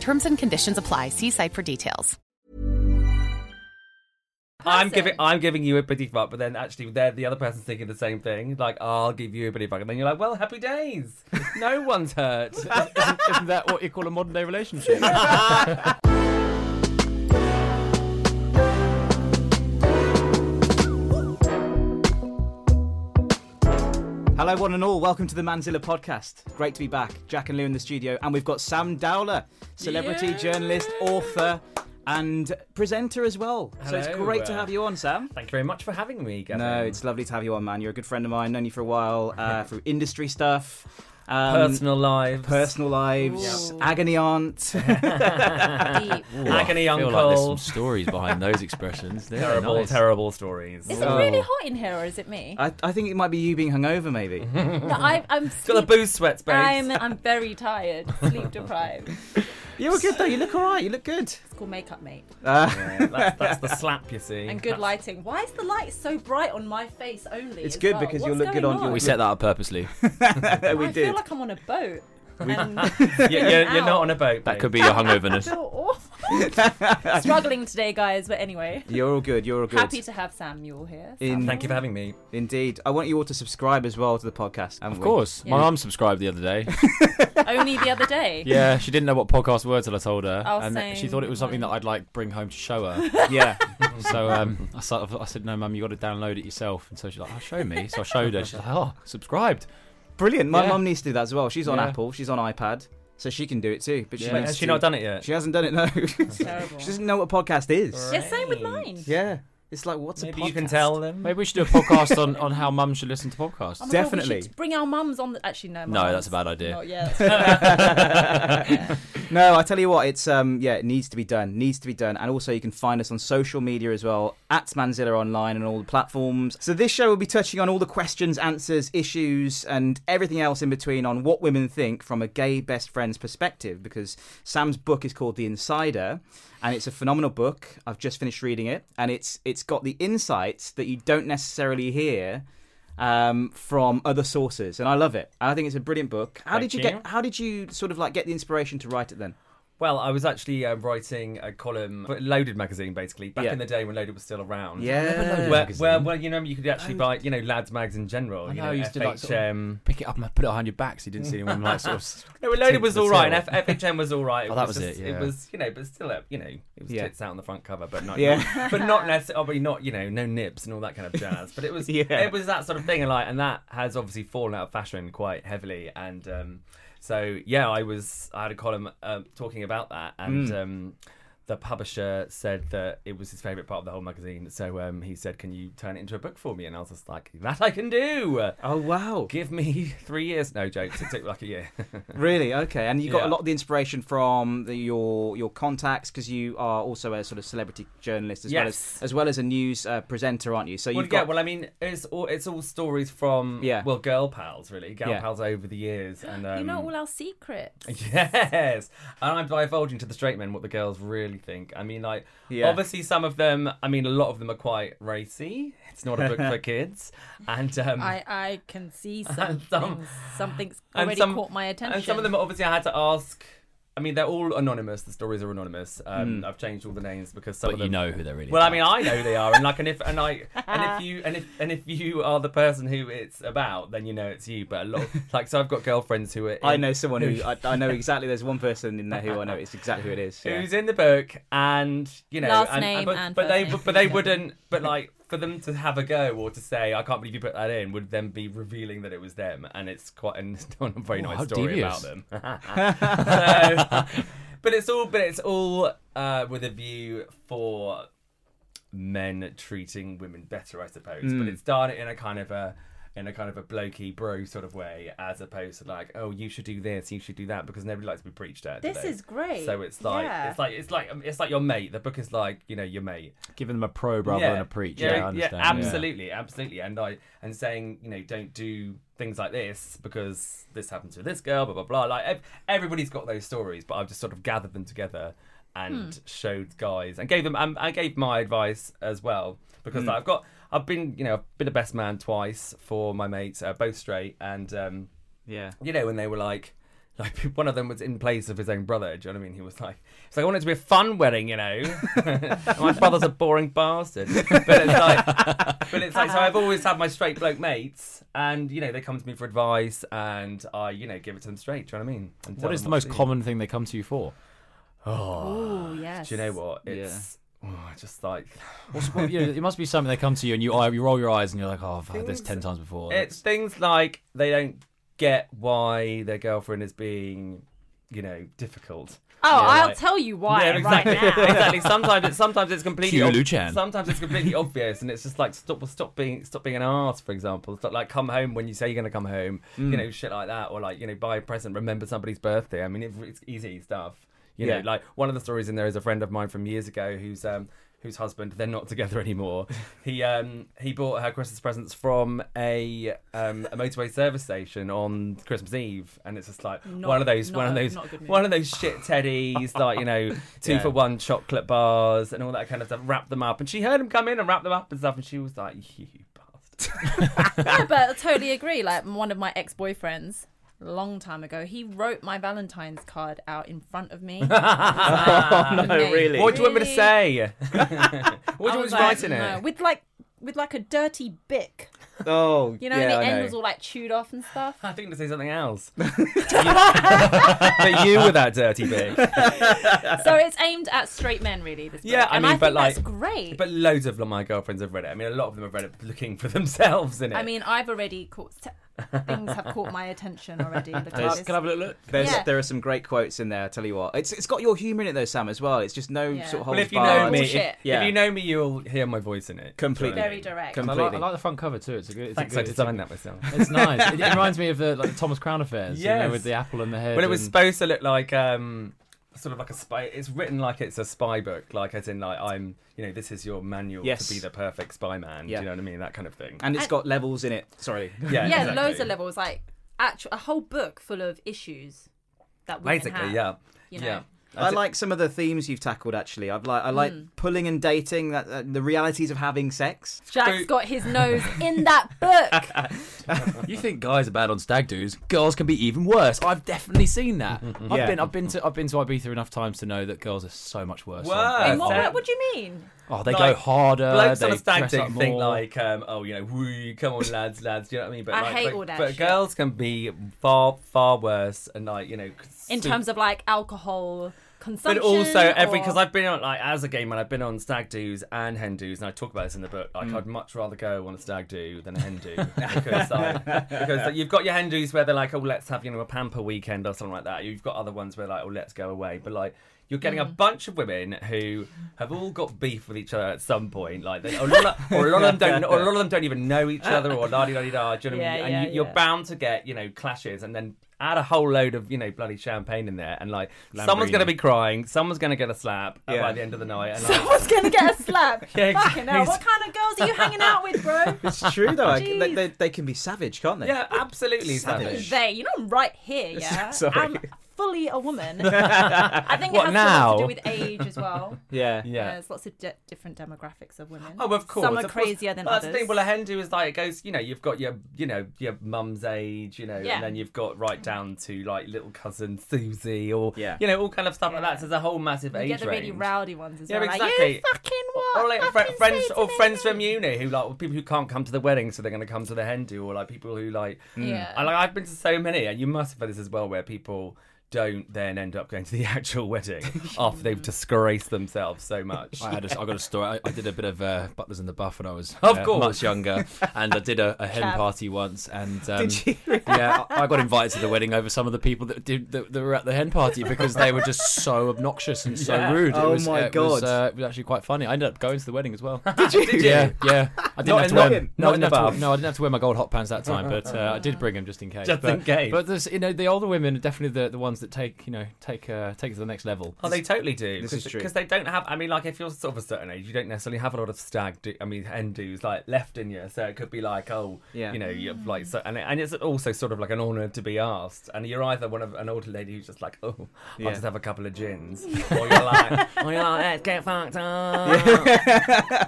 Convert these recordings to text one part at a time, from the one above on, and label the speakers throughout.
Speaker 1: Terms and conditions apply. See site for details.
Speaker 2: I'm
Speaker 3: person.
Speaker 2: giving I'm giving you a pity fuck, but then actually they're, the other person's thinking the same thing. Like, I'll give you a pity fuck. And then you're like, well, happy days. No one's hurt.
Speaker 4: isn't, isn't that what you call a modern day relationship?
Speaker 3: Hello, one and all. Welcome to the Manzilla podcast. Great to be back. Jack and Lou in the studio, and we've got Sam Dowler, celebrity, journalist, author, and presenter as well. So it's
Speaker 2: Hello.
Speaker 3: great to have you on, Sam.
Speaker 2: Thank you very much for having me, Gavin.
Speaker 3: No, it's lovely to have you on, man. You're a good friend of mine. Known you for a while uh, through industry stuff, um,
Speaker 2: personal lives.
Speaker 3: personal lives,
Speaker 4: Ooh.
Speaker 3: agony aunt.
Speaker 4: Deep.
Speaker 3: Ooh.
Speaker 2: Agony
Speaker 4: I feel like there's
Speaker 2: uncle.
Speaker 4: some stories behind those expressions. They're
Speaker 2: terrible,
Speaker 4: nice.
Speaker 2: terrible stories.
Speaker 4: It's
Speaker 3: it
Speaker 2: Oh.
Speaker 3: really
Speaker 4: Oh.
Speaker 3: hot?
Speaker 4: hot?
Speaker 5: Not in here, or is it me?
Speaker 3: I, I think it might be you being hungover, maybe.
Speaker 5: No, I, I'm
Speaker 2: It's got the
Speaker 5: sleep-
Speaker 2: booze sweats, babes.
Speaker 5: I'm, I'm very tired, sleep deprived.
Speaker 3: you were good though. You look all right. You look good.
Speaker 5: It's called makeup, mate.
Speaker 3: Uh,
Speaker 2: Yeah, that's, that's the slap, you see.
Speaker 5: And good
Speaker 2: That's-
Speaker 5: lighting. Why is the light so bright on my face only?
Speaker 3: It's
Speaker 5: as
Speaker 3: good
Speaker 5: well?
Speaker 3: because you
Speaker 5: What's
Speaker 3: look good
Speaker 5: going
Speaker 3: on your-
Speaker 4: We set that up purposely.
Speaker 3: we
Speaker 5: I
Speaker 3: did.
Speaker 5: feel like I'm on a boat. and
Speaker 2: Yeah, you're, you're not
Speaker 5: Ow.
Speaker 2: on a boat.
Speaker 4: That
Speaker 2: mate.
Speaker 4: could be your
Speaker 5: I
Speaker 4: hungoverness.
Speaker 5: feel awful. Struggling today, guys. But anyway,
Speaker 3: You're all good. You're all good.
Speaker 5: happy to have Samuel here.
Speaker 3: In-
Speaker 2: Thank you for having me.
Speaker 3: Indeed. I want you all to subscribe as well to the podcast.
Speaker 4: Of course, my
Speaker 5: Yeah.
Speaker 4: mum subscribed the other day.
Speaker 5: Only the other day.
Speaker 4: Yeah, she didn't know what podcasts were till I told her,
Speaker 5: Oh,
Speaker 4: and she
Speaker 5: same.
Speaker 4: thought it was something that I'd like bring home to show her.
Speaker 3: Yeah.
Speaker 4: So um, I, sort of, I said, "No, mum, you got to download it yourself." And so she's like, "Oh, show me." So I showed her. She's like, "Oh, subscribed."
Speaker 3: Brilliant. My
Speaker 4: Yeah.
Speaker 3: mum needs to do that as well. She's on
Speaker 4: Yeah.
Speaker 3: Apple, she's on iPad, so she can do it too. But she
Speaker 4: Yeah.
Speaker 2: Wait,
Speaker 3: needs
Speaker 2: has she
Speaker 3: to-
Speaker 2: not done it yet?
Speaker 3: She hasn't done it, no. she
Speaker 5: Terrible.
Speaker 3: doesn't know what a podcast is.
Speaker 5: Yeah, same with
Speaker 2: Right.
Speaker 5: mine.
Speaker 3: Yeah. It's like, what's
Speaker 2: Maybe
Speaker 3: a podcast?
Speaker 2: you can tell them.
Speaker 4: Maybe we should do a podcast on, on how mum should listen to podcasts.
Speaker 5: Oh my God, we should
Speaker 3: Definitely.
Speaker 5: bring our mums on. The... Actually, no. my
Speaker 4: No,
Speaker 5: mum's
Speaker 4: that's a bad idea.
Speaker 5: Not yet.
Speaker 3: no, I tell you what, it's um yeah, it needs to be done. Needs to be done. And also you can find us on social media as well, at Manzilla Online and all the platforms. So this show will be touching on all the questions, answers, issues, and everything else in between on what women think from a gay best friend's perspective, because Sam's book is called The Insider, and it's a phenomenal book. I've just finished reading it, and it's it's got the insights that you don't necessarily hear um, from other sources, and I love it. I think it's a brilliant book. How
Speaker 2: Thank
Speaker 3: did you,
Speaker 2: you.
Speaker 3: get? How did you sort of like get the inspiration to write it then?
Speaker 2: Well, I was actually uh, writing a column for Loaded magazine, basically, back
Speaker 3: Yeah.
Speaker 2: in the day when Loaded was still around.
Speaker 3: Yeah,
Speaker 2: Where, where, where, you know, you could actually buy, you know, lads' mags in general.
Speaker 4: I
Speaker 2: you
Speaker 4: know,
Speaker 2: know,
Speaker 4: you used to, like, sort of-
Speaker 2: FHM.
Speaker 4: Pick it up and put it behind your back so you didn't see anyone like sort of.
Speaker 2: No, well, Loaded
Speaker 4: Tip
Speaker 2: was
Speaker 4: the
Speaker 2: all right, and
Speaker 4: tail.
Speaker 2: F- FHM was all right.
Speaker 4: Oh, that was it,
Speaker 2: It
Speaker 4: yeah.
Speaker 2: was, you know, but still, uh, you know, it was
Speaker 3: Yeah.
Speaker 2: tits out on the front cover, but not,
Speaker 3: Yeah.
Speaker 2: but not necessarily not, you know, no nips and all that kind of jazz. But it was,
Speaker 3: Yeah.
Speaker 2: it was that sort of thing, and like, and that has obviously fallen out of fashion quite heavily, and um, so yeah, I was, I had a column um talking about that, and.
Speaker 4: Mm.
Speaker 2: Um, the publisher said that it was his favourite part of the whole magazine, so um, he said, "Can you turn it into a book for me?" And I was just like, "That I can do."
Speaker 3: Oh wow,
Speaker 2: Give me three years. No jokes. It took like a year.
Speaker 3: really? Okay, and you got
Speaker 2: Yeah.
Speaker 3: a lot of the inspiration from the, your your contacts because you are also a sort of celebrity journalist as well as
Speaker 2: Yes.
Speaker 3: as well as a news uh, presenter, aren't you? So
Speaker 2: Well,
Speaker 3: you've
Speaker 2: yeah,
Speaker 3: got
Speaker 2: well, I mean, it's all it's all stories from
Speaker 3: Yeah.
Speaker 2: well, girl pals really, girl
Speaker 3: Yeah.
Speaker 2: pals over the years, and um,
Speaker 5: You know all our secrets.
Speaker 2: yes, and I'm divulging to the straight men what the girls really really think. I mean, like,
Speaker 3: Yeah.
Speaker 2: obviously some of them. I mean, a lot of them are quite racy. It's not a book for kids, and um,
Speaker 5: I, I can see something.
Speaker 2: some-
Speaker 5: Something's
Speaker 2: and
Speaker 5: already
Speaker 2: some-
Speaker 5: caught my attention.
Speaker 2: and some of them obviously I had to ask. I mean, they're all anonymous. The stories are anonymous.
Speaker 3: Hmm.
Speaker 2: Um, I've changed all the names because some
Speaker 4: But
Speaker 2: of
Speaker 4: you
Speaker 2: them
Speaker 4: know who they're really.
Speaker 2: Well, I
Speaker 4: about.
Speaker 2: mean, I know who they are, and like, and if and I and if you and if and if you are the person who it's about, then you know it's you. But a lot, like, so I've got girlfriends who are. In,
Speaker 3: I know someone who I, I know exactly. There's one person in there who I know. It's exactly who it is. yeah.
Speaker 2: who's in the book, and you know,
Speaker 5: Last
Speaker 2: and,
Speaker 5: name
Speaker 2: but,
Speaker 5: and
Speaker 2: but
Speaker 5: first
Speaker 2: they
Speaker 5: name.
Speaker 2: but they wouldn't, but like for them to have a go or to say, I can't believe you put that in, would then be revealing that it was them, and it's quite and it's not a very
Speaker 4: Oh,
Speaker 2: nice
Speaker 4: how
Speaker 2: story
Speaker 4: devious.
Speaker 2: about them. So- but it's all but it's all uh, with a view for men treating women better, I suppose.
Speaker 5: Hmm.
Speaker 2: But it's done in a kind of a in a kind of a blokey bro sort of way, as opposed to like, oh, you should do this, you should do that, because nobody likes to be preached at. do
Speaker 5: This
Speaker 2: they?
Speaker 5: is great.
Speaker 2: So it's like
Speaker 5: Yeah.
Speaker 2: it's like it's like um, it's like your mate. The book is like you know your mate.
Speaker 4: giving them a pro rather than a preach. Yeah, I understand. yeah.
Speaker 2: absolutely, absolutely. And I and saying you know don't do things like this because this happened to this girl, blah blah blah. Like ev- everybody's got those stories, but I've just sort of gathered them together and showed guys and gave them. Um, I gave my advice as well because
Speaker 4: Hmm.
Speaker 2: like, I've got I've been you know I've been a best man twice for my mates, uh, both straight, and um,
Speaker 3: Yeah.
Speaker 2: you know, when they were like, like one of them was in place of his own brother. Do you know what I mean? He was like, it's like I want it to be a fun wedding, you know. my brother's a boring bastard, but it's like, but it's like. So I've always had my straight bloke mates, and you know, they come to me for advice, and I, you know, give it to them straight. Do you know what I mean? And tell
Speaker 4: What is the
Speaker 2: them
Speaker 4: most
Speaker 2: to do.
Speaker 4: common thing they come to you for?
Speaker 5: Ooh, yes.
Speaker 2: Do you know what? It's oh, just like
Speaker 4: What's, what, you know, it must be something they come to you and you eye- you roll your eyes and you're like, oh, I've heard this ten times before.
Speaker 2: It's things like they don't get why their girlfriend is being, you know, difficult.
Speaker 5: Oh,
Speaker 2: You know,
Speaker 5: I'll
Speaker 2: like-
Speaker 5: tell you why
Speaker 2: Yeah, exactly.
Speaker 5: right now.
Speaker 2: exactly. Sometimes it's sometimes it's completely
Speaker 4: Cue
Speaker 2: ob-
Speaker 4: Lu Chen.
Speaker 2: sometimes it's completely obvious, and it's just like stop stop being stop being an ass, for example. Stop, like come home when you say you're gonna come home, you know, shit like that, or like you know, buy a present, remember somebody's birthday. I mean, it, it's easy stuff. You
Speaker 3: Yeah.
Speaker 2: know, like one of the stories in there is a friend of mine from years ago who's um whose husband they're not together anymore. He um he bought her Christmas presents from a um a motorway service station on Christmas Eve, and it's just like
Speaker 5: Not-
Speaker 2: one of those one
Speaker 5: not
Speaker 2: of
Speaker 5: a-
Speaker 2: those
Speaker 5: not a good move.
Speaker 2: one of those shit teddies, like you know, two for one chocolate bars and all that kind of stuff. Wrap them up, and she heard him come in and wrap them up and stuff, and she was like, "You bastard."
Speaker 5: Yeah, but I totally agree. Like one of my ex boyfriends, a long time ago, he wrote my Valentine's card out in front of me.
Speaker 3: no, really?
Speaker 2: What do you want me to
Speaker 5: Really?
Speaker 2: say? what do
Speaker 5: I
Speaker 2: you want me to
Speaker 5: was like,
Speaker 2: write in
Speaker 5: no,
Speaker 2: it?
Speaker 5: with like with like a dirty bic.
Speaker 3: Oh,
Speaker 5: You know,
Speaker 3: yeah,
Speaker 5: and the
Speaker 3: I
Speaker 5: end
Speaker 3: know.
Speaker 5: was all like chewed off and stuff.
Speaker 2: I think to say something else. but you were that dirty bitch.
Speaker 5: so it's aimed at straight men, really. This
Speaker 2: Yeah,
Speaker 5: book.
Speaker 2: I
Speaker 5: And
Speaker 2: mean,
Speaker 5: think
Speaker 2: but like,
Speaker 5: that's great.
Speaker 2: But loads of my girlfriends have read it. I mean, a lot of them have read it looking for themselves in it.
Speaker 5: I mean, I've already caught things have caught my attention already. Look at this.
Speaker 4: can I have a little look?
Speaker 3: There's,
Speaker 5: Yeah.
Speaker 3: There are some great quotes in there. I tell you what, it's it's got your humour in it though, Sam, as well. It's just no
Speaker 5: Yeah.
Speaker 3: sort of
Speaker 2: well,
Speaker 3: holds
Speaker 2: if you know
Speaker 3: barred.
Speaker 2: me,
Speaker 5: Oh,
Speaker 2: if,
Speaker 5: shit.
Speaker 3: Yeah.
Speaker 2: if you know me, you'll hear my voice in it.
Speaker 3: completely,
Speaker 5: Very direct.
Speaker 4: I like, I
Speaker 3: completely.
Speaker 4: like the front cover too. It's a good. It's
Speaker 2: Thanks,
Speaker 4: a
Speaker 2: I
Speaker 4: good, it's, a
Speaker 2: designed
Speaker 4: good-
Speaker 2: that myself.
Speaker 4: it's nice. It, it reminds me of the like, Thomas Crown affairs. Yeah,
Speaker 2: Yes.
Speaker 4: with the apple and the head.
Speaker 2: Well, it was
Speaker 4: and-
Speaker 2: supposed to look like um, sort of like a spy. It's written like it's a spy book, like as in like I'm, you know, this is your manual
Speaker 3: Yes.
Speaker 2: to be the perfect spy man.
Speaker 3: Yeah.
Speaker 2: Do you know what I mean? That kind of thing.
Speaker 3: and it's got levels in it. Sorry.
Speaker 2: yeah,
Speaker 5: yeah,
Speaker 2: exactly.
Speaker 5: loads of levels, like actual a whole book full of issues that we
Speaker 2: Basically, yeah,
Speaker 5: you know.
Speaker 2: yeah.
Speaker 3: I like some of the themes you've tackled. Actually, I've like I like
Speaker 5: Hmm.
Speaker 3: pulling and dating, that, that the realities of having sex.
Speaker 5: Jack's got his nose in that book.
Speaker 4: You think guys are bad on stag do's? Girls can be even worse. I've definitely seen that.
Speaker 3: Yeah.
Speaker 4: I've been, I've been to, I've been to Ibiza enough times to know that girls are so much worse. on-
Speaker 2: Worse.
Speaker 5: what,
Speaker 2: Yeah.
Speaker 5: what, what do you mean?
Speaker 4: Oh, they
Speaker 2: Like,
Speaker 4: go harder.
Speaker 2: Blokes on
Speaker 4: they
Speaker 2: a stag
Speaker 4: dress
Speaker 2: do
Speaker 4: up
Speaker 2: think
Speaker 4: more.
Speaker 2: like, um, oh, you know, woo, come on, lads, lads. Do you know what I mean? But
Speaker 5: I
Speaker 2: like,
Speaker 5: hate
Speaker 2: but,
Speaker 5: all that
Speaker 2: but
Speaker 5: shit.
Speaker 2: girls can be far, far worse, and like, you know,
Speaker 5: in terms of like alcohol consumption.
Speaker 2: But also every
Speaker 5: or-
Speaker 2: because I've been on like as a gay man, I've been on stag do's and hen do's, and I talk about this in the book.
Speaker 5: Mm.
Speaker 2: Like I'd much rather go on a stag do than a hen do because, like, because like, you've got your hen do's where they're like, oh, let's have you know a pamper weekend or something like that. You've got other ones where like, oh, let's go away. But like you're getting a
Speaker 5: Mm.
Speaker 2: bunch of women who have all got beef with each other at some point. Like they, or, a lot of, or a lot of them don't, or a lot of them don't even know each other, or la di da di da. Do you know what I mean?
Speaker 5: Yeah,
Speaker 2: and
Speaker 5: yeah,
Speaker 2: you, you're
Speaker 5: yeah.
Speaker 2: bound to get you know clashes, and then add a whole load of you know bloody champagne in there, and like someone's
Speaker 4: Lamborghini.
Speaker 2: gonna be crying. Someone's going to get a slap uh,
Speaker 3: Yeah.
Speaker 2: by the end of the night. And like,
Speaker 5: Someone's gonna get a slap.
Speaker 2: Yeah,
Speaker 5: Fucking hell!
Speaker 2: he's-
Speaker 5: What kind of girls are you hanging out with, bro?
Speaker 3: It's true though. I- they,
Speaker 5: Jeez.
Speaker 3: they, they can be savage, can't they?
Speaker 2: yeah, absolutely
Speaker 3: Savage.
Speaker 2: savage.
Speaker 5: they, you know, I'm right here. Yeah,
Speaker 3: Sorry.
Speaker 5: I'm fully a woman. I think it
Speaker 2: What,
Speaker 5: has a lot to
Speaker 2: now?
Speaker 5: do with age as well.
Speaker 3: Yeah.
Speaker 5: Yeah.
Speaker 2: Yeah.
Speaker 5: There's lots of de- different demographics of women.
Speaker 2: Oh, of course.
Speaker 5: Some are
Speaker 2: of course.
Speaker 5: crazier than
Speaker 2: Well,
Speaker 5: others.
Speaker 2: That's the thing. Well, a Hindu is like it goes. You know, you've got your, you know, your mum's age. You know,
Speaker 5: Yeah.
Speaker 2: and then you've got right down to like little cousin Susie or,
Speaker 3: Yeah.
Speaker 2: you know, all kind of stuff like
Speaker 5: Yeah.
Speaker 2: that. So there's a whole massive
Speaker 5: you
Speaker 2: age
Speaker 5: get the really
Speaker 2: range.
Speaker 5: rowdy ones as
Speaker 2: Yeah,
Speaker 5: well. Like, you
Speaker 2: exactly.
Speaker 5: fucking what?
Speaker 2: Or like fr-
Speaker 5: Fucking
Speaker 2: friends,
Speaker 5: say to
Speaker 2: or
Speaker 5: me
Speaker 2: friends
Speaker 5: no."
Speaker 2: from uni who like or people who can't come to the wedding, so they're going to come to the Hindu, or like people who like.
Speaker 5: Mm. Yeah.
Speaker 2: I like I've been to so many, and you must have had this as well, where people don't then end up going to the actual wedding after they've disgraced themselves so much.
Speaker 4: I had a, I got a story. I, I did a bit of uh, butlers in the buff when I was
Speaker 2: Of
Speaker 4: uh,
Speaker 2: course.
Speaker 4: much younger, and I did a, a hen
Speaker 5: Chav.
Speaker 4: party once. And um, yeah, I I got invited to the wedding over some of the people that did that, that were at the hen party because they were just so obnoxious and so
Speaker 2: Yeah.
Speaker 4: rude.
Speaker 3: Oh
Speaker 4: it was,
Speaker 3: my
Speaker 4: uh, it was,
Speaker 3: God.
Speaker 4: uh, it was actually quite funny. I ended up going to the wedding as well. Did you?
Speaker 2: Did you?
Speaker 4: Yeah, yeah. I
Speaker 2: Not
Speaker 4: didn't have
Speaker 2: in
Speaker 4: to
Speaker 2: the-
Speaker 4: wear
Speaker 2: not
Speaker 4: no, I
Speaker 2: in
Speaker 4: didn't
Speaker 2: the
Speaker 4: have to-
Speaker 2: bath.
Speaker 4: no, I didn't have to wear my gold hot pants that time, but uh, I did bring them just in case.
Speaker 2: Just
Speaker 4: but,
Speaker 2: in case.
Speaker 4: But there's, you know, the older women are definitely the, the ones that take you know take uh, take it to the next level.
Speaker 2: Oh, they totally do.
Speaker 3: this
Speaker 2: Cause,
Speaker 3: is true.
Speaker 2: Because they don't have. I mean, like if you're sort of a certain age, you don't necessarily have a lot of stag. Do, I mean, Hindus like left in you, so it could be like, oh,
Speaker 3: Yeah.
Speaker 2: you know, you're like, so, and, it- and it's also sort of like an honour to be asked. And you're either one of an older lady who's just like, oh,
Speaker 3: Yeah.
Speaker 2: I'll just have a couple of gins, or you're like, or you're like, let's get fucked up.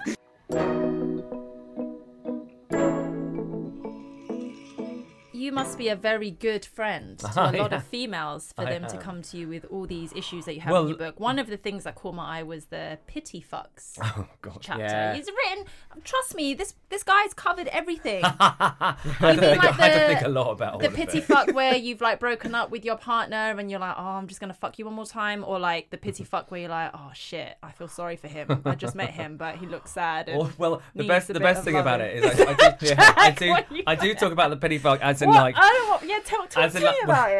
Speaker 5: You must be a very good friend to a
Speaker 2: Ah,
Speaker 5: lot
Speaker 2: yeah.
Speaker 5: of females for
Speaker 2: I
Speaker 5: them to
Speaker 2: am.
Speaker 5: come to you with all these issues that you have
Speaker 2: Well-
Speaker 5: in your book. One of the things that caught my eye was the pity fucks
Speaker 2: Oh god.
Speaker 5: chapter.
Speaker 3: Yeah.
Speaker 5: He's written. Trust me, this this guy's covered everything.
Speaker 2: I
Speaker 5: mean
Speaker 2: think,
Speaker 5: like
Speaker 2: I had
Speaker 5: the-
Speaker 2: to think a lot about all
Speaker 5: the
Speaker 2: of
Speaker 5: pity
Speaker 2: it.
Speaker 5: fuck where you've like broken up with your partner and you're like, oh, I'm just gonna fuck you one more time, or like the pity fuck where you're like, oh shit, I feel sorry for him. I just met him, but he looks sad. And
Speaker 2: Or- well, the
Speaker 5: needs
Speaker 2: best
Speaker 5: a
Speaker 2: the
Speaker 5: bit
Speaker 2: best
Speaker 5: of
Speaker 2: thing about
Speaker 5: loving."
Speaker 2: it is I, I do, I do,
Speaker 5: what you
Speaker 2: I do talk about the pity fuck as in
Speaker 5: What? Oh,
Speaker 2: like
Speaker 5: I don't want. Yeah, tell, talk
Speaker 2: as
Speaker 5: to
Speaker 2: in
Speaker 5: me
Speaker 2: like-
Speaker 5: about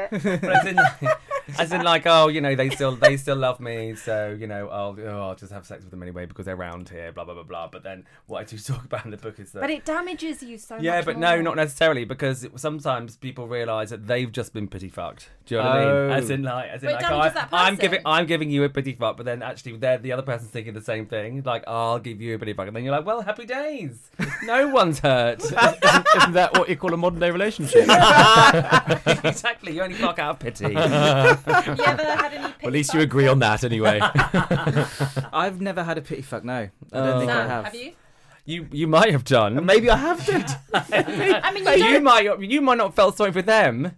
Speaker 5: it.
Speaker 2: But as in, as in, like, oh, you know, they still they still love me, so you know, I'll oh, I'll just have sex with them anyway because they're around here, blah blah blah blah. But then what I do talk about in the book is that.
Speaker 5: But it damages you so much.
Speaker 2: yeah, but no,
Speaker 5: more.
Speaker 2: not necessarily because it- sometimes people realise that they've just been pity fucked. Do you know what I
Speaker 3: Oh.
Speaker 2: mean? As in, like, as in,
Speaker 5: But it
Speaker 2: like,
Speaker 5: damages
Speaker 2: I,
Speaker 5: that
Speaker 2: I'm
Speaker 5: person.
Speaker 2: giving, I'm giving you a pity fuck, but then actually, they're the other person's thinking the same thing. Like, I'll give you a pity fuck, and then you're like, well, happy days. No one's hurt.
Speaker 4: isn't, isn't that what you call a modern day relationship?
Speaker 2: exactly. You only fuck out of pity.
Speaker 5: You ever had any?
Speaker 4: Well, at least you agree on that anyway.
Speaker 3: I've never had a pity fuck. No, I don't think I have.
Speaker 5: Have you?
Speaker 2: You you might have done.
Speaker 3: Maybe Uh, I have done.
Speaker 5: I mean, you
Speaker 2: you
Speaker 5: don't.
Speaker 2: might you might not felt sorry for them.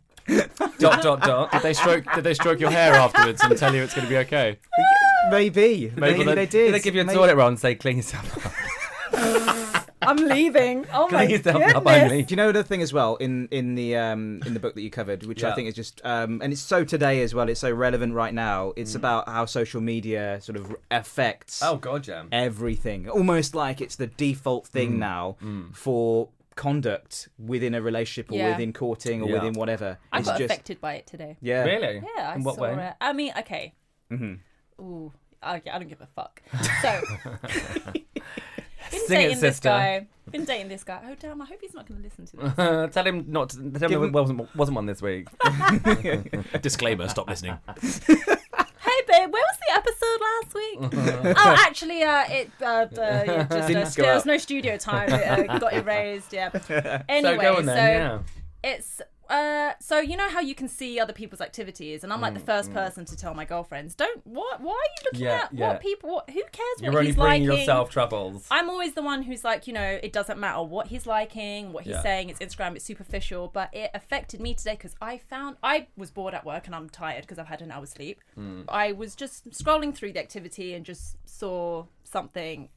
Speaker 2: dot dot dot.
Speaker 4: they stroke did they stroke your hair afterwards and tell you it's going to be okay?
Speaker 3: Maybe. Maybe,
Speaker 4: they-
Speaker 3: they, did.
Speaker 2: Did they give you a
Speaker 3: Maybe-
Speaker 2: toilet roll and say clean yourself up?
Speaker 5: I'm leaving. Oh my
Speaker 2: Clean yourself up, I mean.
Speaker 3: Do you know another thing as well in in the um, in the book that you covered, which I
Speaker 2: Yeah.
Speaker 3: think is just um, and it's so today as well. It's so relevant right now. It's about how social media sort of affects
Speaker 2: Mm. Oh god, yeah.
Speaker 3: everything, almost like it's the default
Speaker 2: Mm.
Speaker 3: thing now for conduct within a relationship or
Speaker 5: Yeah.
Speaker 3: within courting or
Speaker 2: Yeah.
Speaker 3: within whatever.
Speaker 5: I
Speaker 3: it's
Speaker 5: got
Speaker 3: just
Speaker 5: affected by it today.
Speaker 3: yeah,
Speaker 2: Really?
Speaker 5: Yeah, I
Speaker 2: In what
Speaker 5: saw
Speaker 2: way?
Speaker 5: it. I mean, okay. Mm-hmm. Ooh, okay, I don't give a fuck. So, been
Speaker 2: Sing it,
Speaker 5: dating this
Speaker 2: sister.
Speaker 5: guy. Been dating this guy. Oh damn! I hope he's not going to listen to this.
Speaker 2: Uh, tell him not. To, tell him it wasn't wasn't one this week.
Speaker 4: Disclaimer: Stop listening.
Speaker 5: hey babe, where was the episode
Speaker 2: Mm-hmm.
Speaker 5: last week? oh, actually, uh, it uh, uh, yeah, just, uh,
Speaker 3: Didn't go
Speaker 5: there
Speaker 3: out.
Speaker 5: was no studio time. It uh, got erased. Yeah. Anyway,
Speaker 2: so go on then.
Speaker 5: so
Speaker 2: yeah.
Speaker 5: it's uh so you know how you can see other people's activities and i'm like the first person to tell my girlfriends don't what why are you looking
Speaker 2: Mm, Yeah,
Speaker 5: at
Speaker 2: yeah.
Speaker 5: what people what, who cares
Speaker 2: You're
Speaker 5: what
Speaker 2: only
Speaker 5: he's
Speaker 2: bringing
Speaker 5: liking
Speaker 2: yourself troubles.
Speaker 5: i'm always the one who's like you know it doesn't matter what he's liking what he's
Speaker 2: Yeah.
Speaker 5: saying it's instagram it's superficial but it affected me today because i found i was bored at work and i'm tired because i've had an hour's sleep
Speaker 2: Hmm.
Speaker 5: i was just scrolling through the activity and just saw something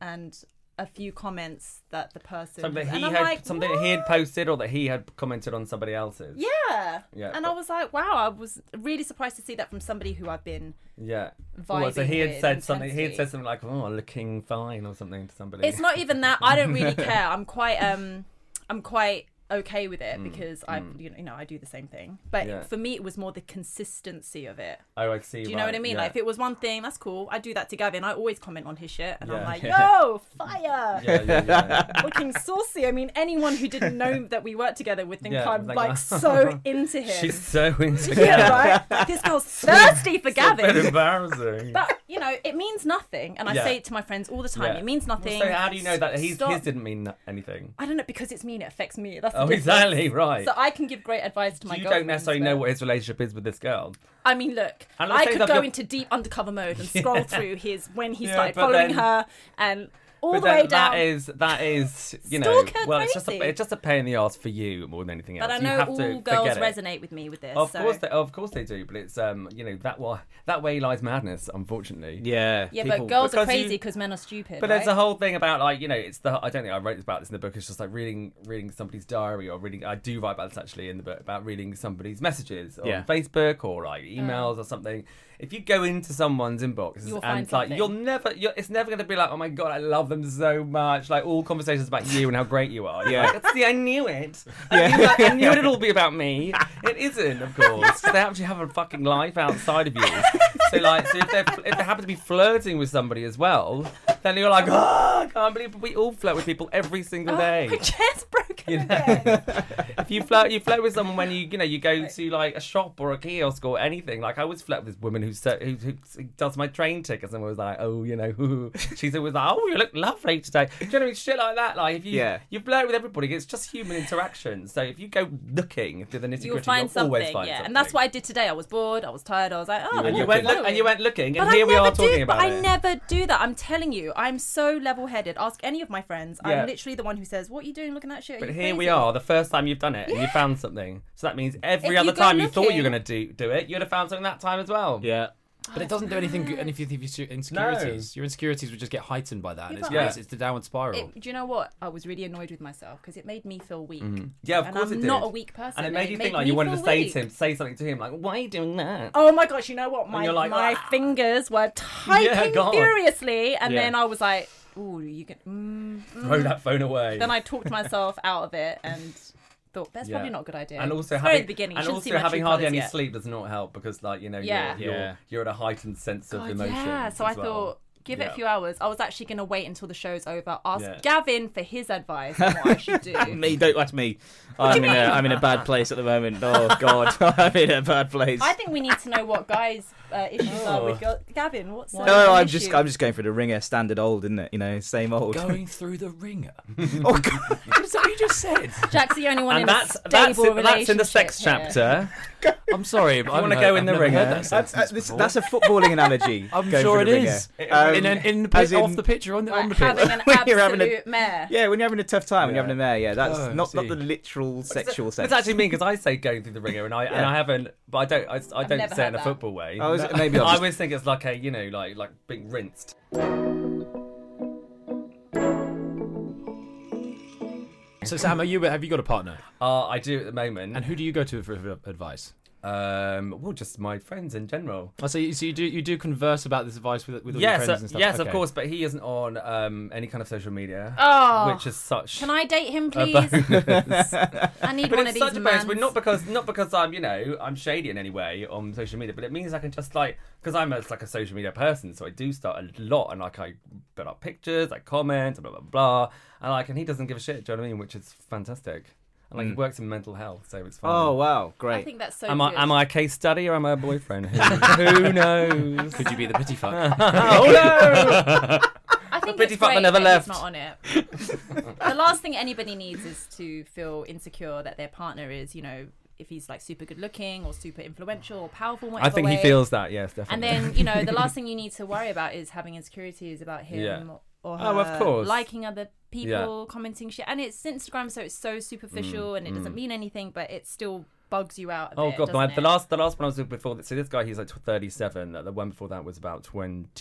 Speaker 5: and a few comments that the person
Speaker 2: Something
Speaker 5: and
Speaker 2: he
Speaker 5: I'm
Speaker 2: had
Speaker 5: like,
Speaker 2: something that he had posted or that he had commented on somebody else's. Yeah.
Speaker 5: yeah.
Speaker 2: Yeah,
Speaker 5: And
Speaker 2: but-
Speaker 5: I was like, wow, I was really surprised to see that from somebody who I've been.
Speaker 2: Yeah.
Speaker 5: Vibing
Speaker 2: Oh, so he had
Speaker 5: with
Speaker 2: said something. He had
Speaker 5: intensity.
Speaker 2: said something like, "Oh, looking fine" or something to somebody.
Speaker 5: It's not even that. I don't really care. I'm quite um I'm quite okay with it because I you know, you know, I do the same thing. But
Speaker 2: Mm, Yeah.
Speaker 5: for me it was more the consistency of it.
Speaker 2: Oh, I see.
Speaker 5: Do you know what I mean? Like if it was one thing, that's cool. I do that to Gavin. I always comment on his shit and I'm
Speaker 2: Yeah.
Speaker 5: like,
Speaker 2: Yeah.
Speaker 5: yo, fire.
Speaker 2: Yeah, yeah, yeah.
Speaker 5: Looking saucy. I mean, anyone who didn't know that we worked together would think
Speaker 2: Yeah,
Speaker 5: I'm
Speaker 2: like,
Speaker 5: like,
Speaker 2: oh.
Speaker 5: so into him.
Speaker 2: She's so into
Speaker 5: yeah, right? Like, this girl's thirsty for
Speaker 2: It's a bit
Speaker 5: Gavin.
Speaker 2: embarrassing.
Speaker 5: But you know, it means nothing, and I
Speaker 2: Yeah.
Speaker 5: say it to my friends all the time.
Speaker 2: Yeah.
Speaker 5: It means nothing.
Speaker 2: So how do you know that he's,
Speaker 5: Stop.
Speaker 2: his didn't mean anything?
Speaker 5: I don't know because it's me and it affects me. That's the
Speaker 2: Oh,
Speaker 5: difference.
Speaker 2: exactly right.
Speaker 5: So I can give great advice to my
Speaker 2: you
Speaker 5: girlfriends.
Speaker 2: don't necessarily
Speaker 5: but-
Speaker 2: know what his relationship is with this girl.
Speaker 5: I mean, look,
Speaker 2: And let's
Speaker 5: I
Speaker 2: say
Speaker 5: could
Speaker 2: that
Speaker 5: go
Speaker 2: you're-
Speaker 5: into deep undercover mode and scroll through his when he
Speaker 2: Yeah,
Speaker 5: started
Speaker 2: but
Speaker 5: following
Speaker 2: then-
Speaker 5: her and all
Speaker 2: but
Speaker 5: the way
Speaker 2: then that
Speaker 5: down.
Speaker 2: is that is you know
Speaker 5: Stalker
Speaker 2: well it's just a,
Speaker 5: crazy.
Speaker 2: it's just a pain in the ass for you more than anything else.
Speaker 5: but I
Speaker 2: you
Speaker 5: know
Speaker 2: have to
Speaker 5: all girls
Speaker 2: forget it.
Speaker 5: resonate with me with this.
Speaker 2: Of
Speaker 5: so.
Speaker 2: course, they, of course they do, but it's um, you know that why that way lies madness, unfortunately.
Speaker 4: Yeah.
Speaker 5: yeah,
Speaker 4: people-
Speaker 5: but girls
Speaker 2: because
Speaker 5: are
Speaker 2: you-
Speaker 5: crazy because men are stupid.
Speaker 2: But
Speaker 5: right?
Speaker 2: there's a whole thing about like you know it's the I don't think I wrote this about this in the book. It's just like reading reading somebody's diary or reading I do write about this actually in the book about reading somebody's messages on
Speaker 4: Yeah.
Speaker 2: Facebook or like emails or something. If you go into someone's inbox
Speaker 5: Mm. You'll find
Speaker 2: and like
Speaker 5: something.
Speaker 2: you'll never you're, it's never going to be like oh my god I love them so much like all conversations about you and how great you are. Yeah, like, see I knew it. I knew, that- I knew it'd all be about me. It isn't of course. 'cause They actually have a fucking life outside of you. So like so if they are if they happen to be flirting with somebody as well, then you're like, oh, I can't believe we all flirt with people every single day.
Speaker 5: My chair's broken
Speaker 2: You know?
Speaker 5: again.
Speaker 2: if you flirt, you flirt with someone when you you know you go to like a shop or a kiosk or anything. Like I always flirt with this woman who ser- who, who does my train tickets and was like, oh, you know, she's always like, oh, you look lovely today. Do you know what I mean? Shit like that. Like if you
Speaker 3: Yeah.
Speaker 2: you flirt with everybody, it's just human interaction. So if you go looking through the nitty gritty,
Speaker 5: You'll find
Speaker 2: always
Speaker 5: something,
Speaker 2: find
Speaker 5: yeah.
Speaker 2: something.
Speaker 5: And that's what I did today. I was bored. I was tired. I was like, oh,
Speaker 2: And
Speaker 5: I'm
Speaker 2: you went
Speaker 5: bored.
Speaker 2: look, and you went looking, and
Speaker 5: But
Speaker 2: here
Speaker 5: I
Speaker 2: we
Speaker 5: never
Speaker 2: are talking
Speaker 5: do,
Speaker 2: about
Speaker 5: but
Speaker 2: it.
Speaker 5: I never do that. I'm telling you, I'm so level-headed. Ask any of my friends.
Speaker 2: Yeah.
Speaker 5: I'm literally the one who says, "What are you doing looking at shit?" Are
Speaker 2: But
Speaker 5: you
Speaker 2: here we
Speaker 5: crazy?"
Speaker 2: are, the first time you've done it and you found something. So that means every
Speaker 5: If
Speaker 2: other
Speaker 5: you go
Speaker 2: time you thought you were going
Speaker 5: looking-
Speaker 2: to do, do it, you'd have found something that time as well.
Speaker 4: Yeah. But it doesn't do anything good. Any of your insecurities, your insecurities would just get heightened by that. and it's
Speaker 5: but I-
Speaker 4: crazy. It's the downward spiral.
Speaker 5: It, do you know what? I was really annoyed with myself because it made me feel weak.
Speaker 2: Yeah, of
Speaker 5: and
Speaker 2: course
Speaker 5: I'm
Speaker 2: it did.
Speaker 5: not a weak person.
Speaker 2: And it made you think like
Speaker 5: me
Speaker 2: you wanted to
Speaker 5: feel
Speaker 2: say
Speaker 5: weak.
Speaker 2: to him, say something to him, like, "Why are you doing that?"
Speaker 5: Oh my gosh! You know what? My
Speaker 2: you're like,
Speaker 5: my
Speaker 2: "Ah."
Speaker 5: fingers were typing
Speaker 2: God.
Speaker 5: furiously, and
Speaker 2: Yeah.
Speaker 5: then I was like, "Ooh, you can." Mm.
Speaker 2: Throw that phone away.
Speaker 5: Then I talked myself out of it and thought that's
Speaker 2: Yeah.
Speaker 5: probably not a good idea.
Speaker 2: and also
Speaker 5: It's
Speaker 2: having
Speaker 5: very the beginning, you
Speaker 2: and
Speaker 5: shouldn't
Speaker 2: also
Speaker 5: see my
Speaker 2: having
Speaker 5: true
Speaker 2: hardly
Speaker 5: colours
Speaker 2: any
Speaker 5: yet.
Speaker 2: sleep does not help because like you know
Speaker 5: Yeah.
Speaker 2: you're, you're
Speaker 4: Yeah.
Speaker 2: you're at a heightened sense of
Speaker 5: God,
Speaker 2: emotion.
Speaker 5: Oh, Yeah, so I
Speaker 2: as well.
Speaker 5: thought give it
Speaker 2: Yeah.
Speaker 5: a few hours. I was actually going to wait until the show's over, ask
Speaker 2: Yeah.
Speaker 5: Gavin for his advice on what I should do.
Speaker 3: me, don't ask me. I'm in, a, I'm in a bad place at the moment. Oh, God. I'm in a bad place.
Speaker 5: I think we need to know what guys' uh, issues
Speaker 2: Oh.
Speaker 5: are with girl- Gavin. What's uh,
Speaker 3: no,
Speaker 5: your
Speaker 3: I'm
Speaker 5: issue?
Speaker 3: just I'm just going for the ringer standard old, isn't it? You know, same old.
Speaker 4: Going through the ringer.
Speaker 3: oh, God.
Speaker 4: That's what you just said.
Speaker 5: Jack's the only one in
Speaker 2: and that's
Speaker 5: a stable
Speaker 2: that's in, that's in the
Speaker 5: relationship
Speaker 2: sex
Speaker 5: here.
Speaker 2: chapter.
Speaker 4: I'm sorry, but I
Speaker 2: wanna
Speaker 4: want to
Speaker 2: go in the ringer?
Speaker 3: That's, uh, this- that's a footballing analogy.
Speaker 4: I'm
Speaker 3: going
Speaker 4: sure
Speaker 3: for
Speaker 4: it
Speaker 3: the ringer. Um,
Speaker 4: is.
Speaker 2: um,
Speaker 4: in, an, in the
Speaker 3: as
Speaker 4: pi- off
Speaker 3: in-
Speaker 4: the picture on the on the
Speaker 5: Like having
Speaker 4: picture.
Speaker 5: an
Speaker 3: When you're having a-
Speaker 5: absolute mare.
Speaker 3: Yeah, when you're having a tough time, when you're
Speaker 4: Yeah.
Speaker 3: having a mare, yeah, that's
Speaker 4: Oh, I
Speaker 3: not, not
Speaker 4: see.
Speaker 3: the literal sexual sense.
Speaker 2: It's actually mean because I say going through the ringer, and I and
Speaker 3: Yeah.
Speaker 2: I haven't, but I don't I, I don't
Speaker 5: never
Speaker 2: say it
Speaker 5: heard
Speaker 2: in a
Speaker 5: that.
Speaker 2: football way.
Speaker 3: Oh, is it? Maybe I'll
Speaker 2: I
Speaker 3: just-
Speaker 2: always think it's like a you know like like being rinsed.
Speaker 4: So Sam, are you? Have you got a partner?
Speaker 2: Uh, I do at the moment.
Speaker 4: And who do you go to for, for advice?
Speaker 2: Um, well, just my friends in general.
Speaker 4: Oh, so, you, so you do you do converse about this advice with with all your
Speaker 2: Yes,
Speaker 4: friends
Speaker 2: uh,
Speaker 4: and stuff?
Speaker 2: yes, of
Speaker 4: Okay.
Speaker 2: course. But he isn't on um, any kind of social media,
Speaker 5: Oh.
Speaker 2: which is such.
Speaker 5: Can I date him,
Speaker 2: a
Speaker 5: please?
Speaker 2: bonus.
Speaker 5: I need
Speaker 2: but
Speaker 5: one
Speaker 2: it's
Speaker 5: of
Speaker 2: such a
Speaker 5: these
Speaker 2: bonus, but
Speaker 5: mans.
Speaker 2: not because not because I'm you know I'm shady in any way on social media, but it means I can just like because I'm a, like a social media person, so I do start a lot and like I put up pictures, I comment, blah blah blah, and like and he doesn't give a shit. Do you know what I mean? Which is fantastic. And like he
Speaker 4: Mm.
Speaker 2: works in mental health, so it's fine.
Speaker 3: Oh wow, great.
Speaker 5: I think that's so
Speaker 2: Am I,
Speaker 5: good.
Speaker 2: am I a case study or am I a boyfriend? Who, who knows?
Speaker 4: Could you be the pity fuck?
Speaker 2: oh no!
Speaker 5: I think
Speaker 2: Pretty
Speaker 5: it's
Speaker 2: fuck that
Speaker 5: great
Speaker 2: never
Speaker 5: that
Speaker 2: left.
Speaker 5: he's not on it. the last thing anybody needs is to feel insecure that their partner is, you know, if he's like super good looking or super influential or powerful.
Speaker 2: I
Speaker 5: whatever
Speaker 2: think he
Speaker 5: way.
Speaker 2: feels that, yes, definitely.
Speaker 5: And then you know, the last thing you need to worry about is having insecurities about him
Speaker 2: Yeah.
Speaker 5: or her
Speaker 2: Oh, of course.
Speaker 5: liking other people, commenting shit. And it's Instagram, so it's so superficial and it doesn't mean anything, but it still bugs you out. A
Speaker 2: Mm, Oh
Speaker 5: bit,
Speaker 2: god,
Speaker 5: doesn't
Speaker 2: my,
Speaker 5: it?
Speaker 2: the last the last one I was with before. So this guy, he's like thirty-seven. The one before that was about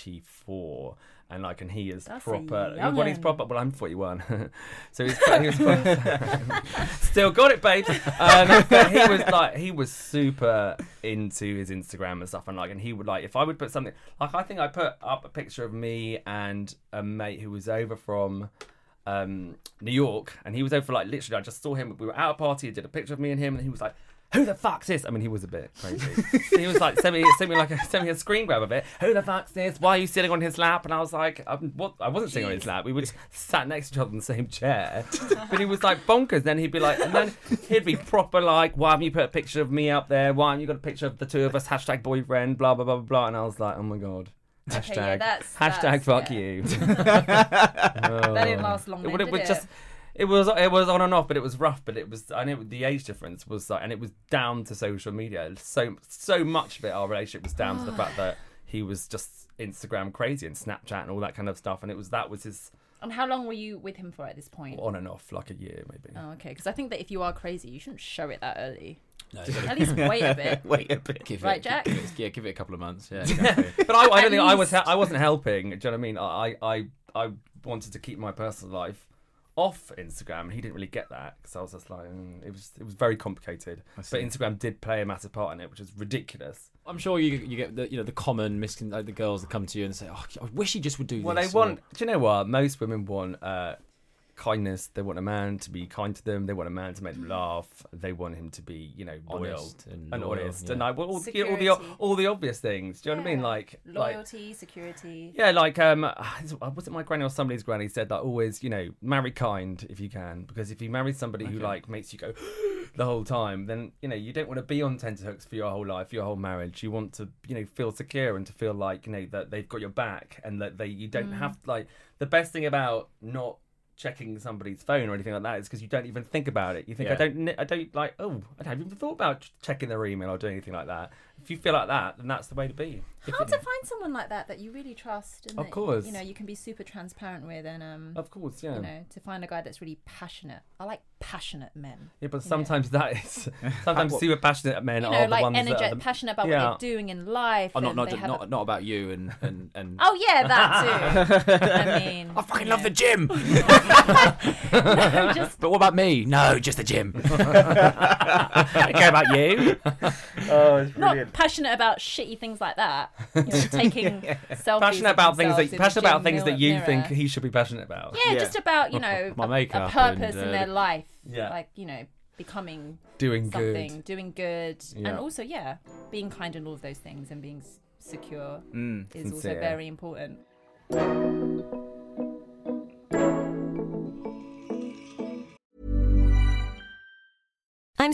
Speaker 2: twenty-four, and like, and he is
Speaker 5: That's a
Speaker 2: proper.
Speaker 5: young
Speaker 2: Well, he's
Speaker 5: un.
Speaker 2: proper. Well, I'm forty-one, so he's he was proper- still got it, babe. Um, but he was like, he was super into his Instagram and stuff, and like, and he would like, if I would put something, like, I think I put up a picture of me and a mate who was over from um, New York, and he was over for like literally. I just saw him. We were at a party. He did a picture of me and him, and he was like, "Who the fuck's this?" I mean, he was a bit crazy. so he was like, "Send me, send me like, a, send me a screen grab of it. Who the fuck's this? Why are you sitting on his lap?" And I was like, I'm, "What? I wasn't sitting on his lap. We were just sat next to each other in the same chair." but he was like bonkers. Then he'd be like, and then he'd be proper like, "Why haven't you put a picture of me up there? Why haven't you got a picture of the two of us? Hashtag boyfriend. Blah blah blah blah." blah. And I was like, "Oh my god." Hashtag,
Speaker 5: Okay, yeah, that's-
Speaker 2: hashtag
Speaker 5: that's-
Speaker 2: fuck
Speaker 5: yeah.
Speaker 2: you.
Speaker 5: that didn't last long.
Speaker 2: It
Speaker 5: then,
Speaker 2: would, it
Speaker 5: did
Speaker 2: would
Speaker 5: it?
Speaker 2: just. It was it was on and off, but it was rough. But it was and it the age difference was like, and it was down to social media. So so much of it, our relationship was down to the fact that he was just Instagram crazy and Snapchat and all that kind of stuff. And it was that was his
Speaker 5: And how long were you with him for at this point?
Speaker 2: on and off like a year maybe.
Speaker 5: Oh, okay. Because I think that if you are crazy, you shouldn't show it that early.
Speaker 4: No,
Speaker 5: At least wait a bit.
Speaker 3: Wait a bit.
Speaker 4: give
Speaker 5: Right,
Speaker 4: it,
Speaker 5: Jack?
Speaker 4: Give it, yeah, give it a couple of months. Yeah, exactly.
Speaker 2: But I, I don't think I was. I wasn't helping. Do you know what I mean? I, I, I wanted to keep my personal life off Instagram, and he didn't really get that because I was just like, mm, it was, it was very complicated. But Instagram did play a massive part in it, which is ridiculous.
Speaker 4: I'm sure you you get the you know the common miscon like the girls that come to you and say, oh, I wish he just would do
Speaker 2: Well,
Speaker 4: this.
Speaker 2: they
Speaker 4: or-
Speaker 2: want. Do you know what? Most women want uh, kindness. They want a man to be kind to them. They want a man to make them laugh. They want him to be, you know, loyal
Speaker 4: Honest and
Speaker 2: and
Speaker 4: loyal,
Speaker 2: honest.
Speaker 4: yeah.
Speaker 2: And I, well, all, the- all the
Speaker 5: Security.
Speaker 2: all the obvious things. Do you know what I mean? Like like,
Speaker 5: Loyalty, security.
Speaker 2: Yeah, like um, was it my granny or somebody's granny said that always, you know, marry kind if you can, because if you marry somebody who like makes you go the whole time, then you know you don't want to be on tenterhooks for your whole life, your whole marriage. You want to, you know, feel secure and to feel like you know that they've got your back and that they you
Speaker 5: Mm.
Speaker 2: don't have like the best thing about not checking somebody's phone or anything like that is because you don't even think about it. You think I
Speaker 4: Yeah.
Speaker 2: don't, kn- I don't like, oh, I haven't even thought about ch- checking their email or doing anything like that. If you feel like that, then that's the way to be.
Speaker 5: Hard to find someone like that that you really trust and
Speaker 2: Of
Speaker 5: that,
Speaker 2: course.
Speaker 5: you know you can be super transparent with and um
Speaker 2: Of course, yeah.
Speaker 5: you know to find a guy that's really passionate. I like passionate men.
Speaker 2: Yeah, but sometimes that is sometimes super passionate men
Speaker 5: You
Speaker 2: are
Speaker 5: know,
Speaker 2: the
Speaker 5: like
Speaker 2: ones that are
Speaker 5: energetic,
Speaker 2: the-
Speaker 5: passionate about
Speaker 2: Yeah.
Speaker 5: what they're doing in life.
Speaker 4: Oh, not
Speaker 5: and
Speaker 4: not
Speaker 5: they
Speaker 4: not,
Speaker 5: have a-
Speaker 4: not, about you and and and.
Speaker 5: Oh yeah, that too. I mean,
Speaker 4: I fucking love the gym.
Speaker 5: the just
Speaker 4: but what about me? No, just the gym.
Speaker 2: I don't care about you.
Speaker 5: not passionate about shitty things like that. You know, taking selfies.
Speaker 2: passionate
Speaker 5: of
Speaker 2: about things
Speaker 5: themselves in
Speaker 2: that
Speaker 5: the
Speaker 2: passionate about
Speaker 5: gym
Speaker 2: things that
Speaker 5: mirror-
Speaker 2: you think
Speaker 5: mirror.
Speaker 2: he should be passionate about.
Speaker 5: Yeah,
Speaker 3: Yeah.
Speaker 5: just about you know
Speaker 4: My
Speaker 5: a- a
Speaker 4: makeup
Speaker 5: purpose
Speaker 4: and,
Speaker 5: in
Speaker 4: uh,
Speaker 5: their life.
Speaker 2: Yeah.
Speaker 5: like you know becoming
Speaker 2: Doing
Speaker 5: something,
Speaker 2: good.
Speaker 5: doing good,
Speaker 2: Yeah.
Speaker 5: and also yeah, being kind in all of those things and being s- secure is also
Speaker 2: Mm, Sincere.
Speaker 5: very important.
Speaker 6: I'm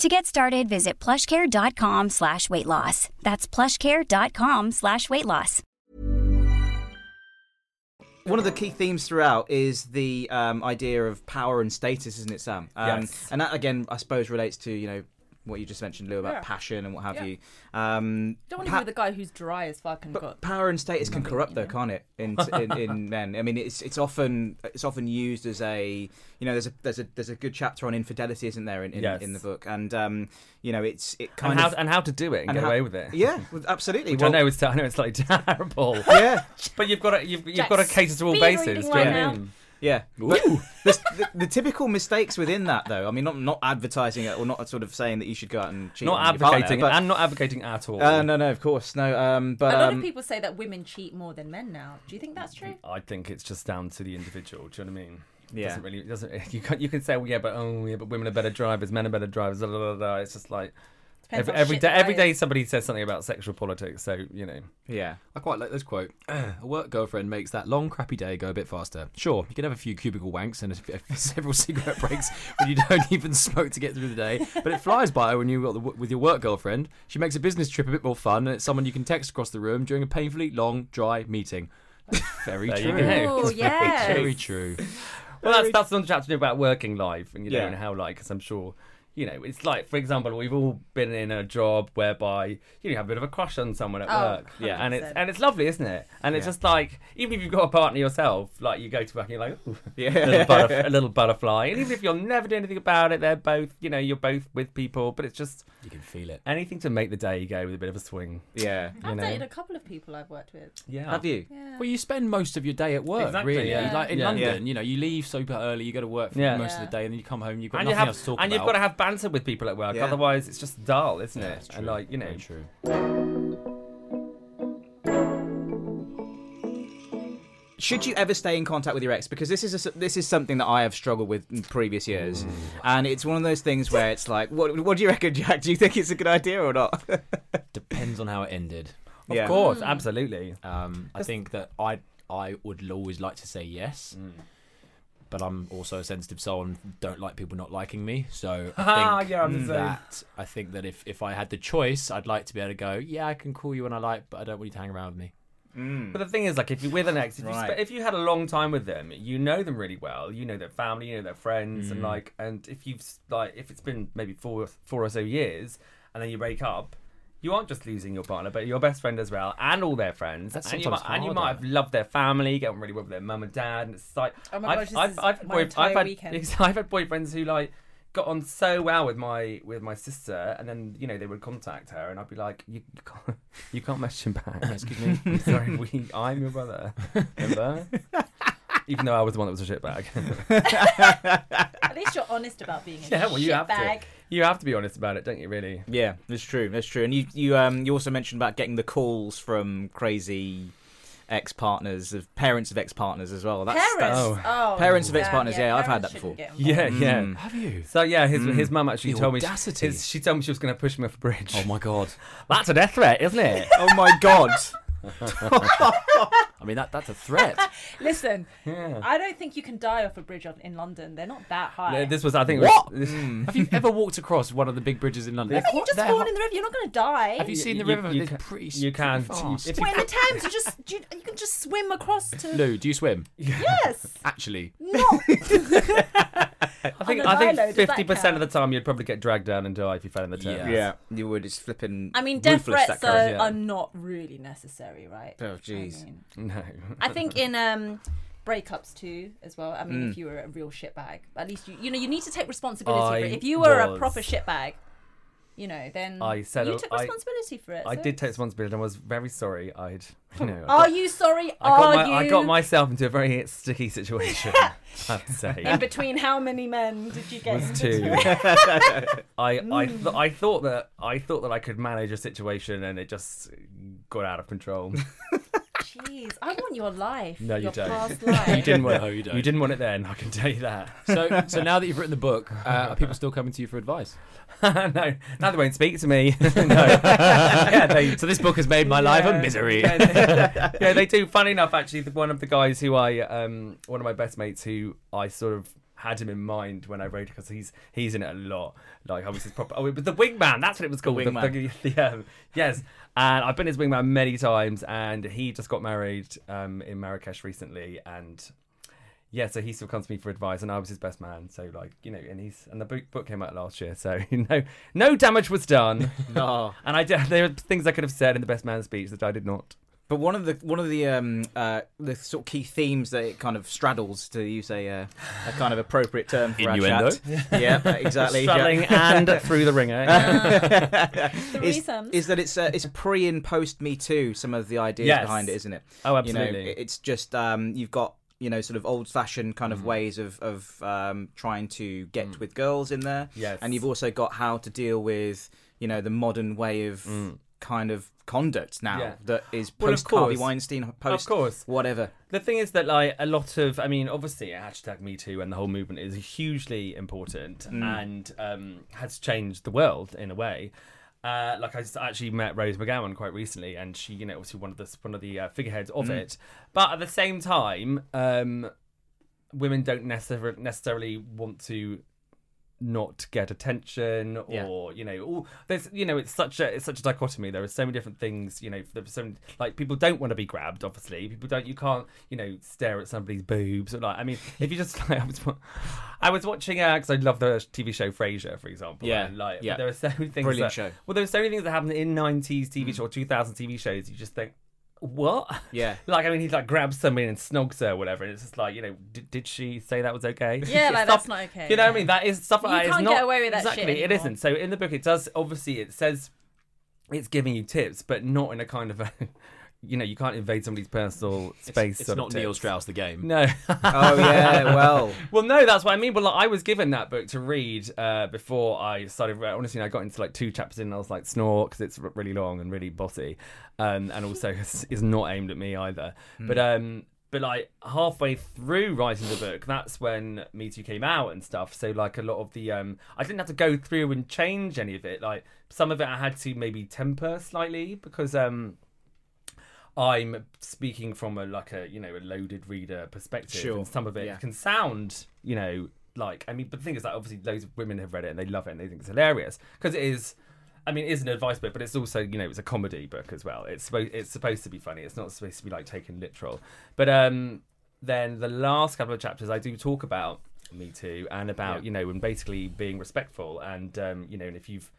Speaker 7: To get started, visit plushcare.com slash weight loss. That's plushcare.com slash weight loss.
Speaker 3: One of the key themes throughout is the um, idea of power and status, isn't it, Sam? Um,
Speaker 2: Yes.
Speaker 3: And that again, I suppose, relates to you know what you just mentioned, Lou, about
Speaker 5: Yeah.
Speaker 3: passion and what have
Speaker 5: Yeah.
Speaker 3: you. Um,
Speaker 5: Don't want to
Speaker 3: pa-
Speaker 5: be with a guy who's dry as fuck and
Speaker 3: But
Speaker 5: got.
Speaker 3: power and status can corrupt, though, can't it? In, in, in men, I mean, it's it's often it's often used as a you know there's a there's a there's a good chapter on infidelity, isn't there, in in,
Speaker 2: Yes.
Speaker 3: in the book? And um, you know, it's it kind
Speaker 2: And how,
Speaker 3: of
Speaker 2: and how to do it and, get
Speaker 3: how-
Speaker 2: away with it.
Speaker 3: Yeah, well, absolutely.
Speaker 2: Which
Speaker 3: Well,
Speaker 2: I know is I know it's like terrible.
Speaker 3: Yeah,
Speaker 2: But you've got to you've, you've got to
Speaker 5: Jack's
Speaker 2: cater to all
Speaker 5: speed
Speaker 2: bases.
Speaker 5: reading
Speaker 2: do you know what
Speaker 5: right
Speaker 2: I
Speaker 5: now.
Speaker 2: mean?
Speaker 3: Yeah, But the, the, the typical mistakes within that, though. I mean, not not advertising it or not sort of saying that you should go out and cheat.
Speaker 2: Not
Speaker 3: on your partner,
Speaker 2: advocating
Speaker 3: but-
Speaker 2: and not advocating at all.
Speaker 3: uh, no, no, of course, no. Um, but
Speaker 5: A lot
Speaker 3: um,
Speaker 5: of people say that women cheat more than men now. Do you think that's true?
Speaker 2: I think it's just down to the individual. Do you know what I mean? It
Speaker 3: Yeah.
Speaker 2: Doesn't really. It doesn't. You can you can say well, yeah, but oh yeah, but women are better drivers, men are better drivers. Blah, blah, blah, blah. It's just like
Speaker 5: Depends
Speaker 2: every,
Speaker 5: on
Speaker 2: every
Speaker 5: shit
Speaker 2: day
Speaker 5: the
Speaker 2: every
Speaker 5: guy
Speaker 2: day
Speaker 5: is.
Speaker 2: somebody says something about sexual politics. So you know.
Speaker 3: yeah,
Speaker 4: I quite like this quote. a work girlfriend makes that long, crappy day go a bit faster. Sure, you can have a few cubicle wanks and a, a- several cigarette breaks when you don't even smoke to get through the day, but it flies by when you've got the, with your work girlfriend. She makes a business trip a bit more fun, and it's someone you can text across the room during a painfully long, dry meeting. That's very
Speaker 2: There you
Speaker 4: true.
Speaker 2: go.
Speaker 5: Oh yeah.
Speaker 4: Very true.
Speaker 2: Well, that's that's another chapter about working life, and you know
Speaker 3: Yeah.
Speaker 2: and how like, because I'm sure you know, it's like, for example, we've all been in a job whereby you have a bit of a crush on someone at
Speaker 5: Oh,
Speaker 2: work, yeah, and it's
Speaker 5: 100%.
Speaker 2: and it's lovely, isn't it? And it's just like, even if you've got a partner yourself, like you go to work and you're like, Ooh, a, little butterf- a little butterfly, and even if you'll never do anything about it, they're both, you know, you're both with people, but it's just
Speaker 4: You can feel it.
Speaker 2: anything to make the day go with a bit of a swing.
Speaker 3: Yeah.
Speaker 5: I've
Speaker 2: know.
Speaker 5: dated a couple of people I've worked with.
Speaker 2: Yeah,
Speaker 3: Have you?
Speaker 4: Well, you spend most of your day at work,
Speaker 2: Exactly,
Speaker 4: really.
Speaker 2: yeah.
Speaker 4: Like in
Speaker 2: Yeah.
Speaker 4: London, you know, you leave super early, you go to work for
Speaker 2: Yeah.
Speaker 4: most
Speaker 5: Yeah.
Speaker 4: of the day, and then you come home, you've got
Speaker 2: and you
Speaker 4: nothing
Speaker 2: have,
Speaker 4: else to talk
Speaker 2: and
Speaker 4: about.
Speaker 2: you've got to have banter with people at work,
Speaker 3: Yeah.
Speaker 2: otherwise it's just dull, isn't
Speaker 4: Yeah,
Speaker 2: it?
Speaker 4: that's
Speaker 2: And
Speaker 4: true.
Speaker 2: like, you know,
Speaker 4: Very true.
Speaker 3: Should you ever stay in contact with your ex? Because this is a, this is something that I have struggled with in previous years, and it's one of those things where it's like, what what do you reckon, Jack? Do you think it's a good idea or not?
Speaker 4: Depends on how it ended.
Speaker 2: of
Speaker 3: Yeah.
Speaker 2: course, absolutely.
Speaker 4: Um, I think that I I would always like to say yes,
Speaker 2: Mm.
Speaker 4: but I'm also a sensitive soul and don't like people not liking me. So
Speaker 2: Ah,
Speaker 4: I think
Speaker 2: yeah, I'm the same.
Speaker 4: that I think that if if I had the choice, I'd like to be able to go. Yeah, I can call you when I like, but I don't want you to hang around with me.
Speaker 2: But the thing is, like, if you're with an ex, if, you
Speaker 3: Right.
Speaker 2: spe- if you had a long time with them, you know them really well. You know their family, you know their friends,
Speaker 4: Mm.
Speaker 2: and like, and if you've s- like, if it's been maybe four, four or so years, and then you break up, you aren't just losing your partner, but your best friend as well, and all their friends.
Speaker 4: That's
Speaker 2: and, you might,
Speaker 4: sometimes
Speaker 2: and you might
Speaker 4: harder.
Speaker 2: have loved their family, get on really well with their mum and dad, and it's like,
Speaker 5: Oh my
Speaker 2: I've,
Speaker 5: gosh, this
Speaker 2: I've,
Speaker 5: is
Speaker 2: I've, had
Speaker 5: my
Speaker 2: boy-
Speaker 5: entire
Speaker 2: I've, had,
Speaker 5: weekend.
Speaker 2: I've had boyfriends who like got on so well with my with my sister, and then you know they would contact her, and I'd be like, you, you can't you can't message him back. Excuse me, I'm sorry, we, I'm your brother. Remember? Even though I was the one that was a shitbag.
Speaker 5: At least you're honest about being a
Speaker 2: yeah, well, you have
Speaker 5: shitbag.
Speaker 2: to. You have to be honest about it, don't you?
Speaker 4: Mm.
Speaker 2: Really?
Speaker 3: yeah, that's true. That's true. And you you um you also mentioned about getting the calls from crazy ex partners of parents of ex partners as well. That's,
Speaker 5: Parents,
Speaker 3: That's,
Speaker 5: oh.
Speaker 3: Parents of ex-partners, yeah, I've had
Speaker 5: parents
Speaker 3: that before.
Speaker 5: shouldn't get involved.
Speaker 2: Yeah, yeah.
Speaker 4: Mm. Have you? Mm.
Speaker 2: So yeah, his his mum actually
Speaker 4: The
Speaker 2: told me
Speaker 4: audacity.
Speaker 2: She, his- she told me she was going to push me off a bridge.
Speaker 4: Oh my god!
Speaker 2: That's a death threat, isn't it?
Speaker 3: oh my god.
Speaker 4: I mean that that's a threat.
Speaker 5: Listen, I don't think you can die off a bridge on- in London. They're not that high.
Speaker 2: this was, I think, it
Speaker 4: What? Mm.
Speaker 2: was, this,
Speaker 4: Have you ever walked across one of the big bridges in London?
Speaker 5: Listen, you just
Speaker 4: They're-
Speaker 5: fall in the river. You're not going to die.
Speaker 4: Have you seen the
Speaker 2: You-
Speaker 4: river?
Speaker 2: you
Speaker 4: it's
Speaker 2: ca-
Speaker 4: pretty.
Speaker 2: you can-
Speaker 4: pretty fast.
Speaker 2: if
Speaker 5: Well, in the Thames, you just you, you can just swim across to.
Speaker 4: Lou, do you swim?
Speaker 5: Yes,
Speaker 4: Actually,
Speaker 5: not.
Speaker 2: I think
Speaker 5: On a
Speaker 2: I
Speaker 5: high low,
Speaker 2: think
Speaker 5: does that
Speaker 2: fifty percent of the
Speaker 5: count?
Speaker 2: time you'd probably get dragged down and die if you fell in the Thames.
Speaker 4: Yeah.
Speaker 3: Yeah, you would. It's flipping.
Speaker 5: I mean, death
Speaker 3: ruthless,
Speaker 5: threats
Speaker 3: that guy.
Speaker 5: are,
Speaker 2: yeah.
Speaker 5: are not really necessary, right?
Speaker 3: Oh, jeez.
Speaker 5: I, mean,
Speaker 2: No.
Speaker 5: I think in um, breakups too, as well. I mean, if you were a real shitbag, at least you you know you need to take responsibility for
Speaker 2: I
Speaker 5: it. If you were
Speaker 2: was-
Speaker 5: a proper shitbag, you know, then
Speaker 2: I said
Speaker 5: you
Speaker 2: a-
Speaker 5: took
Speaker 2: I-
Speaker 5: responsibility for it.
Speaker 2: I
Speaker 5: so
Speaker 2: did take responsibility and I was very sorry. I'd, you know. I
Speaker 5: Are
Speaker 2: got-
Speaker 5: you sorry?
Speaker 2: I got,
Speaker 5: are
Speaker 2: my,
Speaker 5: you?
Speaker 2: I got myself into a very sticky situation, I have to
Speaker 5: In
Speaker 2: say.
Speaker 5: between, how many men did you get? in
Speaker 2: Was
Speaker 5: between?
Speaker 2: two. I I, th- I thought that I thought that I could manage a situation and it just got out of control.
Speaker 5: Jeez, I want your life.
Speaker 2: No, you
Speaker 5: your
Speaker 2: don't.
Speaker 5: Past life.
Speaker 2: You didn't want
Speaker 4: No, you
Speaker 2: it.
Speaker 4: don't.
Speaker 2: You didn't want it then. I can tell you that.
Speaker 4: so so now that you've written the book, uh, are people still coming to you for advice?
Speaker 2: no, now they won't speak to me. no. Yeah, they,
Speaker 4: So this book has made my life a misery.
Speaker 2: Yeah, they, yeah, they do. Funny enough, actually, the, one of the guys who I, um, one of my best mates who I sort of had him in mind when I wrote because he's he's in it a lot. Like I was his proper. Oh, it was the wingman. That's what it was called. The-
Speaker 3: wingman.
Speaker 2: the- the, um, yes, and I've been his wingman many times, and he just got married um, in Marrakesh recently, and. Yeah, so he still comes to me for advice, and I was his best man. So, like, you know, and he's and the book, book came out last year, so no, no damage was done.
Speaker 3: No.
Speaker 2: And I did, there are things I could have said in the best man speech that I did not.
Speaker 3: But one of the one of the um uh the sort of key themes that it kind of straddles to use a uh, a kind of appropriate term for
Speaker 4: Innuendo.
Speaker 3: our chat. yeah, exactly.
Speaker 2: Straddling
Speaker 3: yeah.
Speaker 2: and through the ringer. Yeah.
Speaker 3: Is,
Speaker 5: Threesomes.
Speaker 3: is that it's uh, it's pre and post Me Too some of the ideas
Speaker 2: Yes.
Speaker 3: behind it, isn't it?
Speaker 2: Oh,
Speaker 3: You know,
Speaker 2: absolutely.
Speaker 3: it- it's just um you've got you know sort of old fashioned kind
Speaker 2: Mm.
Speaker 3: of ways of of um, trying to get with girls in there.
Speaker 2: Yes.
Speaker 3: and you've also got how to deal with you know the modern way of kind of conduct now
Speaker 2: Mm. Yeah.
Speaker 3: that is
Speaker 2: Well, of
Speaker 3: post Harvey
Speaker 2: course.
Speaker 3: Weinstein, post
Speaker 2: course.
Speaker 3: whatever.
Speaker 2: the thing is that like a lot of, I mean, obviously hashtag Me Too and the whole movement is hugely important and um, has changed the world in a way. Uh, like I s- actually met Rose McGowan quite recently, and she, you know, obviously one of the one of the uh, figureheads of it. But at the same time, um, women don't necessarily necessarily want to not get attention
Speaker 4: Yeah.
Speaker 2: or you know all there's you know it's such a it's such a dichotomy there are so many different things you know there's so many, like people don't want to be grabbed obviously people don't you can't you know stare at somebody's boobs or like i mean if you just like i was wa- i was watching because i love the tv show frasier for example
Speaker 4: Yeah,
Speaker 2: and, like
Speaker 4: yeah.
Speaker 2: there are so many things
Speaker 3: Brilliant
Speaker 2: that-
Speaker 3: show.
Speaker 2: well there are so many things that happen in 90s
Speaker 4: Mm.
Speaker 2: tv show or 2000 tv shows you just think what
Speaker 3: Yeah.
Speaker 2: like I mean, he like grabs somebody and snogs her, or whatever. And it's just like, you know, did, did she say that was okay?
Speaker 5: Yeah, like,
Speaker 2: Stuff-
Speaker 5: that's not okay,
Speaker 2: You know what I
Speaker 5: yeah.
Speaker 2: mean? That is stuff.
Speaker 5: You
Speaker 2: like that is
Speaker 5: can't get
Speaker 2: not-
Speaker 5: away with that shit
Speaker 2: Exactly, it
Speaker 5: anymore.
Speaker 2: isn't. So in the book, it does obviously it says it's giving you tips, but not in a kind of a, you know, you can't invade somebody's personal space.
Speaker 4: It's
Speaker 2: sort of
Speaker 4: not Neil
Speaker 2: tips.
Speaker 4: Strauss the game.
Speaker 2: No.
Speaker 3: Oh yeah, well.
Speaker 2: Well, no, that's what I mean. But like, I was given that book to read uh, before I started. Honestly, I got into like two chapters in, and I was like, snore, because it's r- really long and really bossy, um, and also is is not aimed at me either. But um, but like halfway through writing the book, that's when Me Too came out and stuff. So like a lot of the, um, I didn't have to go through and change any of it. Like some of it, I had to maybe temper slightly because. Um, I'm speaking from a like a you know a loaded reader perspective,
Speaker 3: Sure.
Speaker 2: and some of it
Speaker 3: Yeah.
Speaker 2: can sound you know like I mean, but the thing is that obviously loads of women have read it and they love it and they think it's hilarious because it is. I mean, it is an advice book, but it's also you know it's a comedy book as well. It's supposed it's supposed to be funny. It's not supposed to be like taken literal. But um, then the last couple of chapters, I do talk about Me Too and about you know and basically being respectful and um, you know and if you've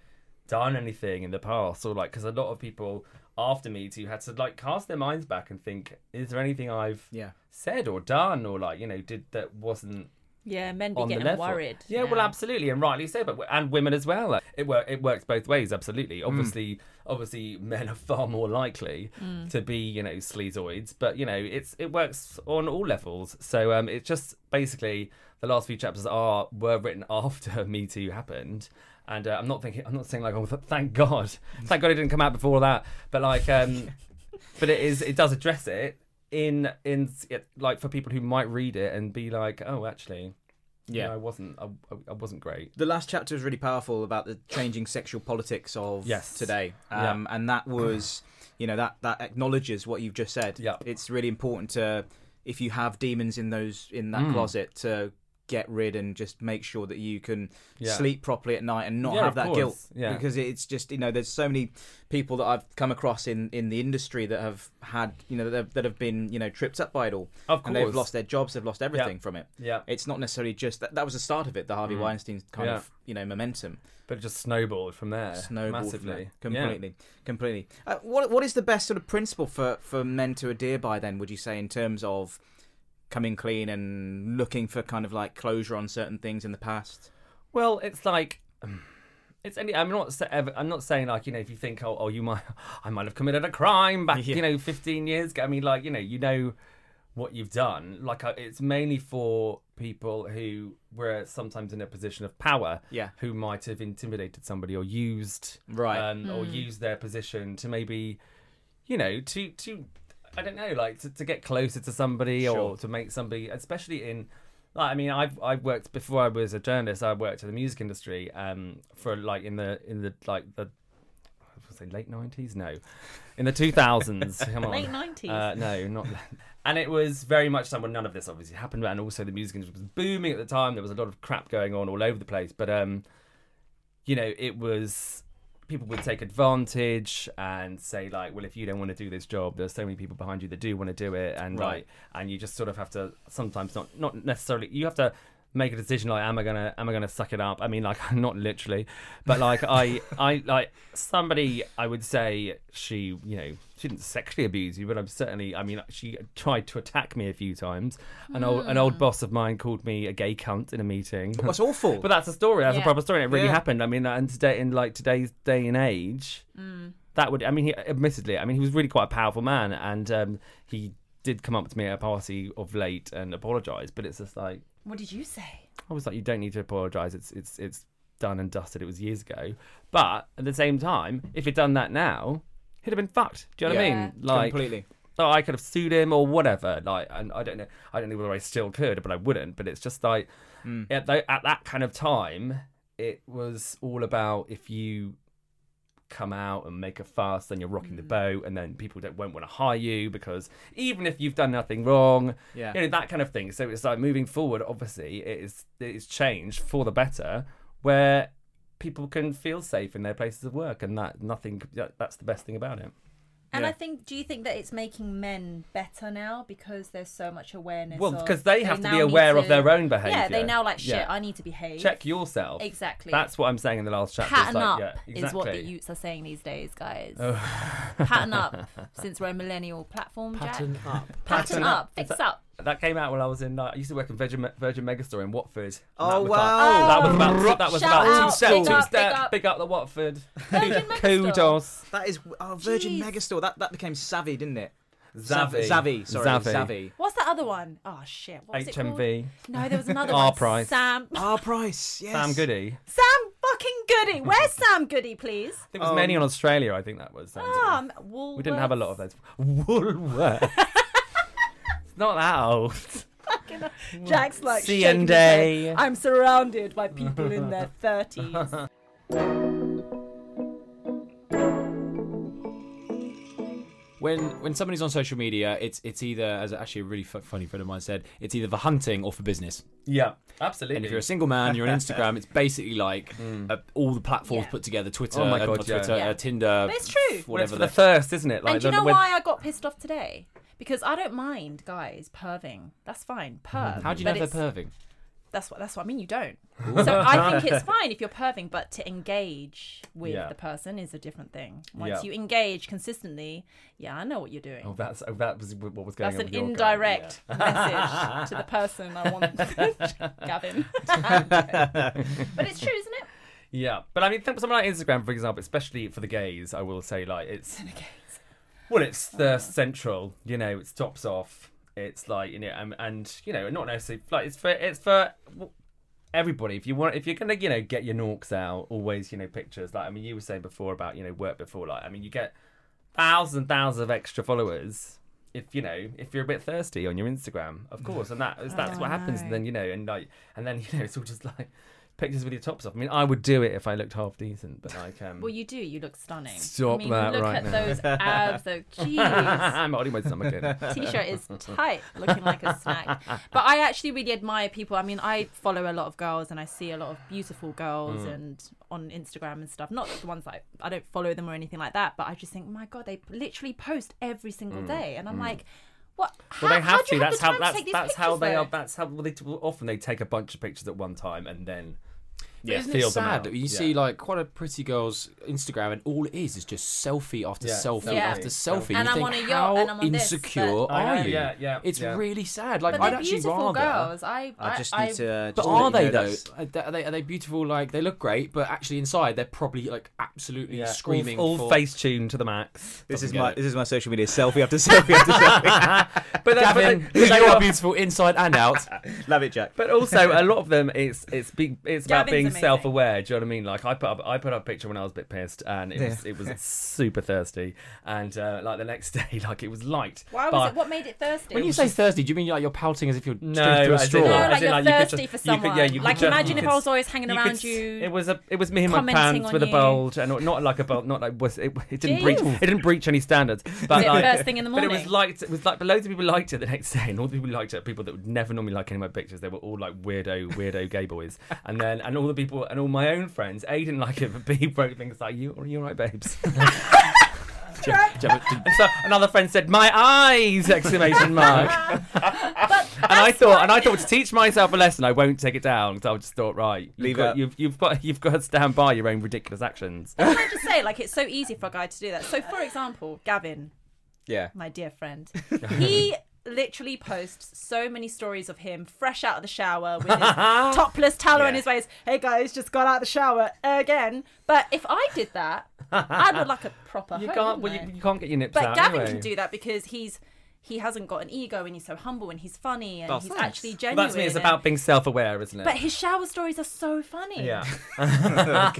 Speaker 2: done anything in the past or like because a lot of people after me too had to like cast their minds back and think is there anything i've
Speaker 3: Yeah.
Speaker 2: said or done or like you know did that wasn't
Speaker 5: Yeah, men be
Speaker 2: on the
Speaker 5: getting
Speaker 2: level
Speaker 5: worried.
Speaker 2: yeah well
Speaker 5: now.
Speaker 2: absolutely and rightly so but and women as well Like, it work it works both ways absolutely obviously obviously men are far more likely
Speaker 5: Mm.
Speaker 2: to be you know sleazoids but you know it's it works on all levels so um it's just basically the last few chapters are were written after me too happened and uh, I'm not thinking. I'm not saying like, oh, th- thank God, thank God it didn't come out before that. But like, um, but it is. It does address it in in it, like for people who might read it and be like, oh, actually, yeah, I wasn't. I, I- I wasn't great.
Speaker 3: The last chapter was really powerful about the changing sexual politics of
Speaker 2: Yes.
Speaker 3: today,
Speaker 2: Yeah.
Speaker 3: um, and that was, you know, that that acknowledges what you've just said.
Speaker 2: Yeah.
Speaker 3: it's really important to, if you have demons in those
Speaker 2: Mm.
Speaker 3: in that closet, to get rid and just make sure that you can
Speaker 2: Yeah.
Speaker 3: sleep properly at night and not
Speaker 2: Yeah,
Speaker 3: have
Speaker 2: of
Speaker 3: that
Speaker 2: course.
Speaker 3: guilt.
Speaker 2: Yeah.
Speaker 3: because it's just you know, there's so many people that I've come across in in the industry that have had you know that have, that have been you know tripped up by it all.
Speaker 2: Of
Speaker 3: and they've
Speaker 2: course.
Speaker 3: lost their jobs, they've lost everything from it.
Speaker 2: Yeah.
Speaker 3: it's not necessarily just that. That was the start of it. The Harvey Weinstein kind
Speaker 2: Mm. Yeah.
Speaker 3: of you know momentum
Speaker 2: But it just snowballed from there.
Speaker 3: snowballed from
Speaker 2: massively,
Speaker 3: that. completely, completely. Uh, what what is the best sort of principle for for men to adhere by? Then would you say in terms of coming clean and looking for kind of like closure on certain things in the past?
Speaker 2: Well, it's like it's any. I'm not. sa- ever- I'm not saying like you know if you think oh, oh you might I might have committed a crime back you know 15 years ago. I mean like you know you know what you've done. Like I- it's mainly for people who were sometimes in a position of power.
Speaker 3: Yeah. Mm.
Speaker 2: Who might have intimidated somebody or used
Speaker 3: Right.
Speaker 2: um, or used their position to maybe you know to to I don't know like to, to get closer to somebody or to make somebody especially in like, I mean I've I've worked before I was a journalist I worked in the music industry um for like in the in the like the I was gonna say late nineties no in the two thousands come on
Speaker 5: Late 90s?
Speaker 2: uh, no not and it was very much time when none of this obviously happened and also the music industry was booming at the time there was a lot of crap going on all over the place but um you know, it was people would take advantage and say like, well, if you don't want to do this job, there's so many people behind you that do want to do it, and
Speaker 3: Right.
Speaker 2: like, and you just sort of have to sometimes not not necessarily you have to make a decision like am i gonna am i gonna suck it up i mean like not literally but like i i like somebody i would say she you know she didn't sexually abuse you but i'm certainly i mean she tried to attack me a few times an old an old boss of mine called me a gay cunt in a meeting
Speaker 3: Hmm. That's awful.
Speaker 2: but that's a story. That's a
Speaker 5: Yeah.
Speaker 2: proper story. It really
Speaker 3: Yeah.
Speaker 2: happened. I mean, and today in like today's day and age, that would. I mean, he, admittedly, I mean, he was really quite a powerful man, and um, he did come up to me at a party of late and apologise. But it's just like
Speaker 5: What did you say?
Speaker 2: I was like, you don't need to apologise. It's it's it's done and dusted. It was years ago. But at the same time, if he'd done that now, he'd have been fucked. Do you know
Speaker 3: Yeah.
Speaker 2: what I mean? Like
Speaker 3: completely.
Speaker 2: Oh, I could have sued him or whatever. Like, and I don't know. I don't know whether I still could, but I wouldn't. But it's just like at, tho- at that kind of time, it was all about if you come out and make a fuss, then you're rocking the boat, and then people don't, won't want to hire you because even if you've done nothing wrong,
Speaker 3: Yeah.
Speaker 2: you know that kind of thing. So it's like moving forward. Obviously, it is it is changed for the better. where people can feel safe in their places of work, and that nothing. that- That's the best thing about it.
Speaker 5: And
Speaker 3: Yeah.
Speaker 5: I think, do you think that it's making men better now because there's so much awareness?
Speaker 2: Well,
Speaker 5: of-
Speaker 2: because they have to
Speaker 5: now
Speaker 2: be
Speaker 5: need
Speaker 2: aware of
Speaker 5: to-
Speaker 2: their own
Speaker 5: Yeah, they
Speaker 2: behaviour.
Speaker 5: now like shit.
Speaker 2: Yeah.
Speaker 5: I need to behave.
Speaker 2: Check yourself.
Speaker 5: Exactly.
Speaker 2: That's what I'm saying in the last chapter. It's
Speaker 5: Pattern
Speaker 2: like,
Speaker 5: up
Speaker 2: yeah,
Speaker 5: is what the
Speaker 2: exactly. Oh.
Speaker 5: youths are saying these days, guys. Pattern up, since we're a millennial platform.
Speaker 4: Pattern
Speaker 5: Jack.
Speaker 4: up.
Speaker 5: Pattern up. Fix up.
Speaker 2: That came out when I was in. Uh, I used to work in Virgin, Virgin Megastore in Watford.
Speaker 3: Oh,
Speaker 2: that was
Speaker 3: wow.
Speaker 2: Like, that was about. That was
Speaker 5: Oh. Shout
Speaker 2: about
Speaker 5: out,
Speaker 2: two step.
Speaker 5: big
Speaker 2: two
Speaker 5: up,
Speaker 2: step.
Speaker 5: big up.
Speaker 2: the Watford.
Speaker 5: Virgin Megastore.
Speaker 2: Kudos.
Speaker 3: That is oh, Virgin
Speaker 5: Jeez.
Speaker 3: Megastore. That that became Savvy, didn't it? Zav-
Speaker 2: Zavi.
Speaker 3: Zavi, sorry, Zavi.
Speaker 2: Zavi.
Speaker 5: What's that other one? Oh shit. What was it called?
Speaker 2: HMV.
Speaker 5: No, there was another
Speaker 2: R
Speaker 5: one.
Speaker 2: Price.
Speaker 5: Sam.
Speaker 3: Our price, yes.
Speaker 2: Sam Goody.
Speaker 5: Sam fucking Goody. Where's Sam Goody, please?
Speaker 2: I think it was mainly on Australia. I think that was. Sam Goody.
Speaker 5: Um, Woolworths.
Speaker 2: we didn't have a lot of those. Woolworth. it's not that old.
Speaker 5: Jack's like
Speaker 2: C
Speaker 5: shaking
Speaker 2: and
Speaker 5: his head.
Speaker 2: A.
Speaker 5: I'm surrounded by people in their thirties.
Speaker 4: When when somebody's on social media, it's it's either as actually a really f- funny friend of mine said, it's either for hunting or for business.
Speaker 2: Yeah, absolutely.
Speaker 4: And if you're a single man, you're on Instagram. It's basically like uh, all the platforms
Speaker 5: Yeah.
Speaker 4: put together: Twitter,
Speaker 2: Hmm. Oh my
Speaker 4: uh,
Speaker 2: God,
Speaker 4: not
Speaker 2: yeah.
Speaker 4: Twitter,
Speaker 5: Yeah.
Speaker 4: Uh, Tinder.
Speaker 5: But it's true.
Speaker 2: Well, it's
Speaker 4: Whatever
Speaker 2: for the
Speaker 4: the-
Speaker 2: first, isn't it? Like,
Speaker 5: and do you
Speaker 2: the-
Speaker 5: know
Speaker 2: with-
Speaker 5: why I got pissed off today? Because I don't mind guys perving. That's fine. Perv.
Speaker 4: How do you
Speaker 5: But
Speaker 4: know if
Speaker 5: it's-
Speaker 4: they're perving?
Speaker 5: That's what that's what I mean. You don't. So I think it's fine if you're perving, but to engage with
Speaker 2: Yeah.
Speaker 5: the person is a different thing. Once
Speaker 2: Yeah.
Speaker 5: you engage consistently, yeah, I know what you're doing.
Speaker 2: Oh, that's oh, that was what was going
Speaker 5: that's
Speaker 2: on.
Speaker 5: an
Speaker 2: with your girl.
Speaker 5: indirect message to the person I want, Gavin. but it's true, isn't it?
Speaker 2: Yeah, but I mean, think something like Instagram, for example, especially for the gays, I will say, like it's well, it's
Speaker 5: Oh.
Speaker 2: the central. You know, it stops off. It's like you know, and, and you know, not necessarily like it's for it's for everybody. If you want, if you're gonna you know get your norks out, always you know pictures. Like I mean, you were saying before about you know work before. Like I mean, you get thousands and thousands of extra followers. If you know, if you're a bit thirsty on your Instagram, of course, and that is- that's
Speaker 5: Oh,
Speaker 2: what happens. And then you know, and like, and then you know, it's all just like pictures with your tops off. I mean, I would do it if I looked half decent, but like, um,
Speaker 5: Well, you do. You look stunning.
Speaker 2: Stop
Speaker 5: I mean,
Speaker 2: that
Speaker 5: look
Speaker 2: right
Speaker 5: at
Speaker 2: now.
Speaker 5: those abs. Though, jeez,
Speaker 2: I'm holding my stomach in.
Speaker 5: t-shirt is tight, looking like a snack. But I actually really admire people. I mean, I follow a lot of girls, and I see a lot of beautiful girls,
Speaker 2: Mm.
Speaker 5: and on Instagram and stuff. Not the ones that I, I don't follow them or anything like that. But I just think, my God, they p- literally post every single day, and I'm like, what? How,
Speaker 2: Mm. Well, they
Speaker 5: how
Speaker 2: have
Speaker 5: do
Speaker 2: to.
Speaker 5: you
Speaker 2: That's
Speaker 5: the time
Speaker 2: how.
Speaker 5: to
Speaker 2: That's
Speaker 5: take these
Speaker 2: that's how
Speaker 5: pictures,
Speaker 2: they
Speaker 5: though?
Speaker 2: are. That's how well, they often they take a bunch of pictures at one time and then.
Speaker 4: Yeah, isn't it
Speaker 2: feel them
Speaker 4: sad
Speaker 2: out.
Speaker 4: that you
Speaker 2: Yeah.
Speaker 4: see like quite a pretty girl's Instagram and all it is is just selfie after
Speaker 2: Yeah,
Speaker 4: selfie
Speaker 5: Yeah.
Speaker 4: after selfie.
Speaker 5: And
Speaker 4: you
Speaker 5: I'm
Speaker 4: think,
Speaker 5: on a yacht
Speaker 4: how
Speaker 5: and I'm on this,
Speaker 4: insecure
Speaker 5: but-
Speaker 2: I
Speaker 4: are
Speaker 2: know,
Speaker 4: you?
Speaker 2: yeah, yeah,
Speaker 4: It's
Speaker 2: yeah.
Speaker 4: really sad. Like
Speaker 5: But
Speaker 4: I'd
Speaker 5: they're
Speaker 4: actually
Speaker 5: beautiful
Speaker 4: rather.
Speaker 5: girls. I,
Speaker 3: I just need to. Uh,
Speaker 4: But
Speaker 3: just
Speaker 4: are
Speaker 3: let
Speaker 4: they
Speaker 3: you know
Speaker 4: though?
Speaker 3: that's-
Speaker 4: Like, Are they, are they beautiful? Like they look great, but actually inside they're probably like absolutely
Speaker 2: Yeah,
Speaker 4: screaming.
Speaker 2: all, all
Speaker 4: for...
Speaker 2: face tuned to the max.
Speaker 3: This is
Speaker 2: Doesn't
Speaker 3: my
Speaker 2: get
Speaker 3: this
Speaker 2: it.
Speaker 3: is my social media selfie after selfie after selfie.
Speaker 2: But then- but
Speaker 4: Gavin,
Speaker 2: then-
Speaker 4: you
Speaker 2: they
Speaker 4: are
Speaker 2: are-
Speaker 4: beautiful inside and out.
Speaker 3: Love it, Jack.
Speaker 2: But also, a lot of them, it's it's be, it's about
Speaker 5: Gavin's
Speaker 2: being
Speaker 5: amazing.
Speaker 2: self-aware. Do you know what I mean? Like I put up, I put up a picture when I was a bit pissed, and it was it was super thirsty, and uh, like the next day, like it was light.
Speaker 5: why was
Speaker 2: But-
Speaker 5: it? What made it thirsty?
Speaker 4: When you say thirsty, do you mean like you're pouting as if you're
Speaker 2: No,
Speaker 4: drinking through a
Speaker 2: as in,
Speaker 4: straw?
Speaker 5: No,
Speaker 2: As
Speaker 5: like
Speaker 2: in,
Speaker 5: you're
Speaker 2: like, you could ju-
Speaker 5: thirsty for
Speaker 2: you could-
Speaker 5: someone.
Speaker 2: yeah, you could
Speaker 5: like
Speaker 2: ju- you
Speaker 5: imagine if
Speaker 2: could-
Speaker 5: I was always hanging
Speaker 2: you
Speaker 5: around
Speaker 2: could-
Speaker 5: you.
Speaker 2: It was a it was me in my
Speaker 5: commenting
Speaker 2: pants
Speaker 5: on
Speaker 2: with a
Speaker 5: you.
Speaker 2: bulge and not- not like a bulge, not like was it, it didn't breach
Speaker 5: Jeez.
Speaker 2: it didn't breach any standards. But
Speaker 5: it
Speaker 2: like,
Speaker 5: first thing in the
Speaker 2: But it was
Speaker 5: morning?
Speaker 2: liked. It was like but loads of people liked it the next day, and all the people who liked it are people that would never normally like any of my pictures. They were all like weirdo weirdo gay boys, and then and all the people and all my own friends. A didn't like it, but B wrote things like you are you all right, babes. And so another friend said, "My eyes!" exclamation mark. and I thought, and I thought to teach myself a lesson, I won't take it down because I just thought, right, you've
Speaker 3: Leave it
Speaker 2: got,
Speaker 3: up.
Speaker 2: you've you've got you've got to stand by your own ridiculous actions.
Speaker 5: Can I just say, like, it's so easy for a guy to do that. So, for example, Gavin,
Speaker 3: Yeah.
Speaker 5: my dear friend, he literally posts so many stories of him fresh out of the shower with his topless towel on his waist. Hey guys, just got out of the shower again. But if I did that, I'd look like a proper.
Speaker 2: You
Speaker 5: hoe,
Speaker 2: can't,
Speaker 5: wouldn't
Speaker 2: well,
Speaker 5: I?
Speaker 2: you, you can't get your nips
Speaker 5: But
Speaker 2: out.
Speaker 5: Gavin
Speaker 2: anyway.
Speaker 5: can do that because he's he hasn't got an ego and he's so humble and he's funny and
Speaker 3: Oh,
Speaker 5: he's
Speaker 3: thanks.
Speaker 5: actually genuine.
Speaker 2: Well, that's me. It's
Speaker 5: and-
Speaker 2: about being self-aware, isn't it?
Speaker 5: But his shower stories are so funny.
Speaker 2: yeah.
Speaker 5: they are though.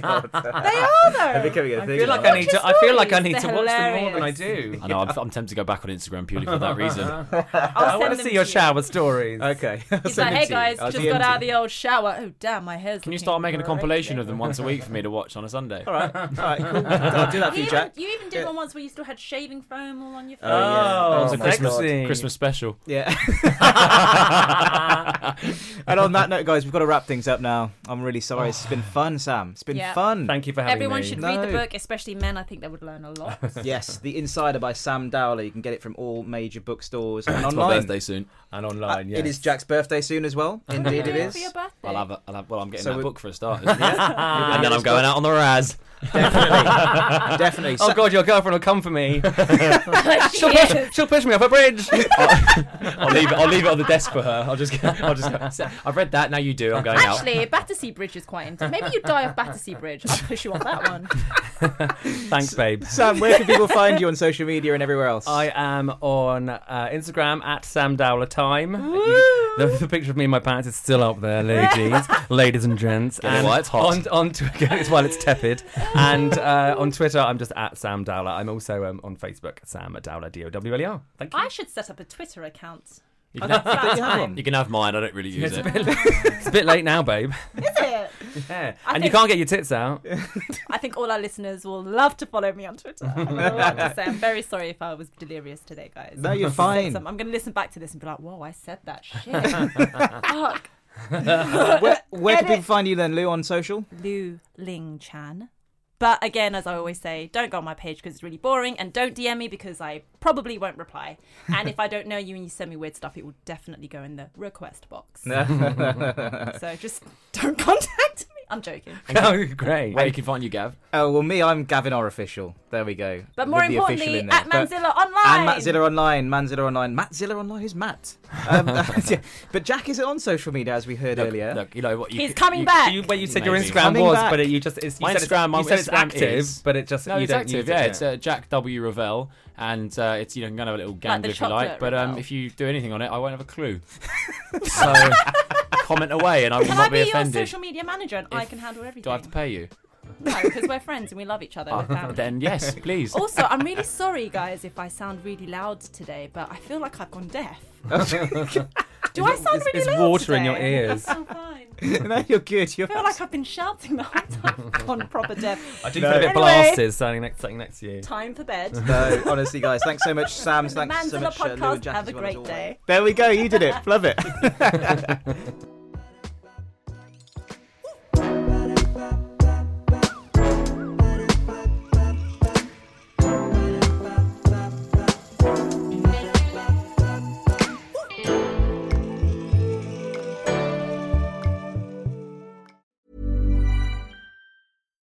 Speaker 3: becoming a
Speaker 2: I
Speaker 3: thing
Speaker 2: feel like
Speaker 3: now.
Speaker 2: I need to. I feel like I
Speaker 5: stories,
Speaker 2: need to
Speaker 5: they're
Speaker 2: watch them more than I
Speaker 5: hilarious.
Speaker 2: do.
Speaker 4: I know. I'm, I'm tempted to go back on Instagram purely for that reason.
Speaker 2: I want
Speaker 5: send
Speaker 2: to
Speaker 5: them
Speaker 2: see your
Speaker 5: to you.
Speaker 2: shower stories.
Speaker 3: Okay.
Speaker 5: He's like, hey guys, just got out of the old shower. Oh damn, my hair's.
Speaker 4: Can you start making a compilation of them once a week for me to watch on a Sunday?
Speaker 3: All right. All right. Cool. I'll do that for
Speaker 5: You
Speaker 3: you,
Speaker 5: even,
Speaker 3: Jack.
Speaker 5: you even did one once where you still had shaving foam all on your face.
Speaker 3: yeah.
Speaker 2: Oh,
Speaker 4: That was a Christmas
Speaker 3: God.
Speaker 4: Christmas special.
Speaker 3: Yeah. Oh. and on that note, guys, we've got to wrap things up now. I'm really sorry. It's been fun, Sam. It's been
Speaker 5: Yeah.
Speaker 3: fun.
Speaker 2: Thank you for having
Speaker 5: Everyone
Speaker 2: me.
Speaker 5: should read the
Speaker 3: No.
Speaker 5: book, especially men. I think they would learn a lot.
Speaker 3: Yes, The Insider by Sam Dowler. You can get it from all major bookstores and
Speaker 4: It's
Speaker 3: online.
Speaker 4: my birthday soon.
Speaker 2: and
Speaker 3: Uh,
Speaker 2: online. yes.
Speaker 3: It is Jack's birthday soon as well. Indeed, it
Speaker 5: Yeah,
Speaker 3: is.
Speaker 5: For your birthday.
Speaker 4: I'll have, a, I'll have well, I'm getting
Speaker 3: So
Speaker 4: that
Speaker 3: we-
Speaker 4: book for a start.
Speaker 3: Yeah.
Speaker 4: and then I'm going out on the Raz.
Speaker 3: Definitely. Definitely.
Speaker 2: Oh
Speaker 3: Sa-
Speaker 2: god, your girlfriend will come for me. she'll,
Speaker 5: Yes.
Speaker 2: push, she'll push me off a bridge.
Speaker 4: I'll leave it. I'll leave it on the desk for her. I'll just. go- I'll just. Go. I've read that. Now you do. I'm going out.
Speaker 5: Actually, Battersea Bridge is quite empty. Maybe you die of Battersea Bridge. I'll push you off that one.
Speaker 2: Thanks, babe.
Speaker 3: Sam, where can people find you on social media and everywhere else?
Speaker 2: I am on uh, Instagram at Sam Dowler Time. You- The, the picture of me in my pants is still up there, ladies, ladies and gents.
Speaker 4: it
Speaker 2: And
Speaker 4: while it's hot.
Speaker 2: On, on Twitter, it's while it's tepid. And uh, on Twitter, I'm just at Sam Dowler. I'm also um, on Facebook, Sam Dowler, D O W L E R. Thank you.
Speaker 5: I should set up a Twitter account.
Speaker 4: You can, have,
Speaker 3: you have one.
Speaker 4: you can have mine. I don't really use
Speaker 2: it's, a
Speaker 4: it.
Speaker 2: bit, it's a bit late now, babe.
Speaker 5: Is it?
Speaker 2: Yeah.
Speaker 5: I
Speaker 2: and you
Speaker 5: think-
Speaker 2: can't get your tits out.
Speaker 5: I think all our listeners will love to follow me on Twitter. I will have to say, I'm very sorry if I was delirious today, guys.
Speaker 3: No, you're
Speaker 5: Said
Speaker 3: fine.
Speaker 5: some- I'm going to listen back to this and be like, whoa, I said that shit. Fuck.
Speaker 3: where where can
Speaker 5: Edit.
Speaker 3: people find you then, Lou, on social?
Speaker 5: Liu Ling Chan. But again, as I always say, don't go on my page because it's really boring, and don't DM me because I probably won't reply. And if I don't know you and you send me weird stuff, it will definitely go in the request box. so just don't contact me. I'm joking.
Speaker 2: oh, great.
Speaker 4: Where you can find you, Gav.
Speaker 3: Oh, well, me, I'm Gavin Or Official. There we go.
Speaker 5: But more
Speaker 3: With the official
Speaker 5: importantly,
Speaker 3: in there.
Speaker 5: at
Speaker 3: But-
Speaker 5: Manzilla
Speaker 3: And
Speaker 5: Online.
Speaker 3: Mattzilla Online, Manzilla Online. Mattzilla Online, who's Matt? Um, yeah. But Jack isn't on social media, as we heard earlier.
Speaker 4: Look, you know what? You
Speaker 5: He's
Speaker 4: could-
Speaker 5: coming
Speaker 4: you-
Speaker 5: back.
Speaker 2: You, well, you said your
Speaker 4: Maybe.
Speaker 2: Instagram
Speaker 3: Coming
Speaker 2: was,
Speaker 3: back.
Speaker 2: but it, you just it's, you
Speaker 4: My
Speaker 2: said it's-
Speaker 4: Instagram- my
Speaker 2: you said it's
Speaker 4: Instagram
Speaker 2: active,
Speaker 4: is-
Speaker 2: but it just
Speaker 4: No,
Speaker 2: you
Speaker 4: it's
Speaker 2: don't
Speaker 4: active.
Speaker 2: use
Speaker 4: Yeah,
Speaker 2: it,
Speaker 4: it's uh, Jack W Ravel, and uh, it's you know you can kind of have a little gang
Speaker 5: the
Speaker 4: if you like.
Speaker 5: chocolate
Speaker 4: But um,
Speaker 5: Ravel.
Speaker 4: if you do anything on it, I won't have a clue. so comment away, and I will
Speaker 5: Can I
Speaker 4: not
Speaker 5: be
Speaker 4: be
Speaker 5: your
Speaker 4: offended.
Speaker 5: social media manager and I
Speaker 4: If-
Speaker 5: can handle everything?
Speaker 4: do I have to pay you?
Speaker 5: because we're friends and we love each other. We're family.
Speaker 4: Then yes, please.
Speaker 5: Also, I'm really sorry, guys, if I sound really loud today, but I feel like I've gone deaf. Do I sound
Speaker 2: it's-
Speaker 5: really
Speaker 2: it's
Speaker 5: loud?
Speaker 2: water in
Speaker 5: today?
Speaker 2: your ears.
Speaker 5: I'm fine.
Speaker 3: no, you're good. You're
Speaker 5: I feel like I've been shouting the whole time. I've gone proper deaf.
Speaker 2: I do feel a bit
Speaker 5: Anyway.
Speaker 2: blasted standing next, standing next to you.
Speaker 5: Time for bed.
Speaker 3: No, honestly, guys, thanks so much, Sam.
Speaker 5: the
Speaker 3: Thanks so
Speaker 5: Manzilla
Speaker 3: much, uh, Lou and
Speaker 5: podcast.
Speaker 3: Jack
Speaker 5: Have
Speaker 3: as
Speaker 5: a
Speaker 3: well as
Speaker 5: great
Speaker 3: always.
Speaker 5: day.
Speaker 3: There we go. You did it. Love it.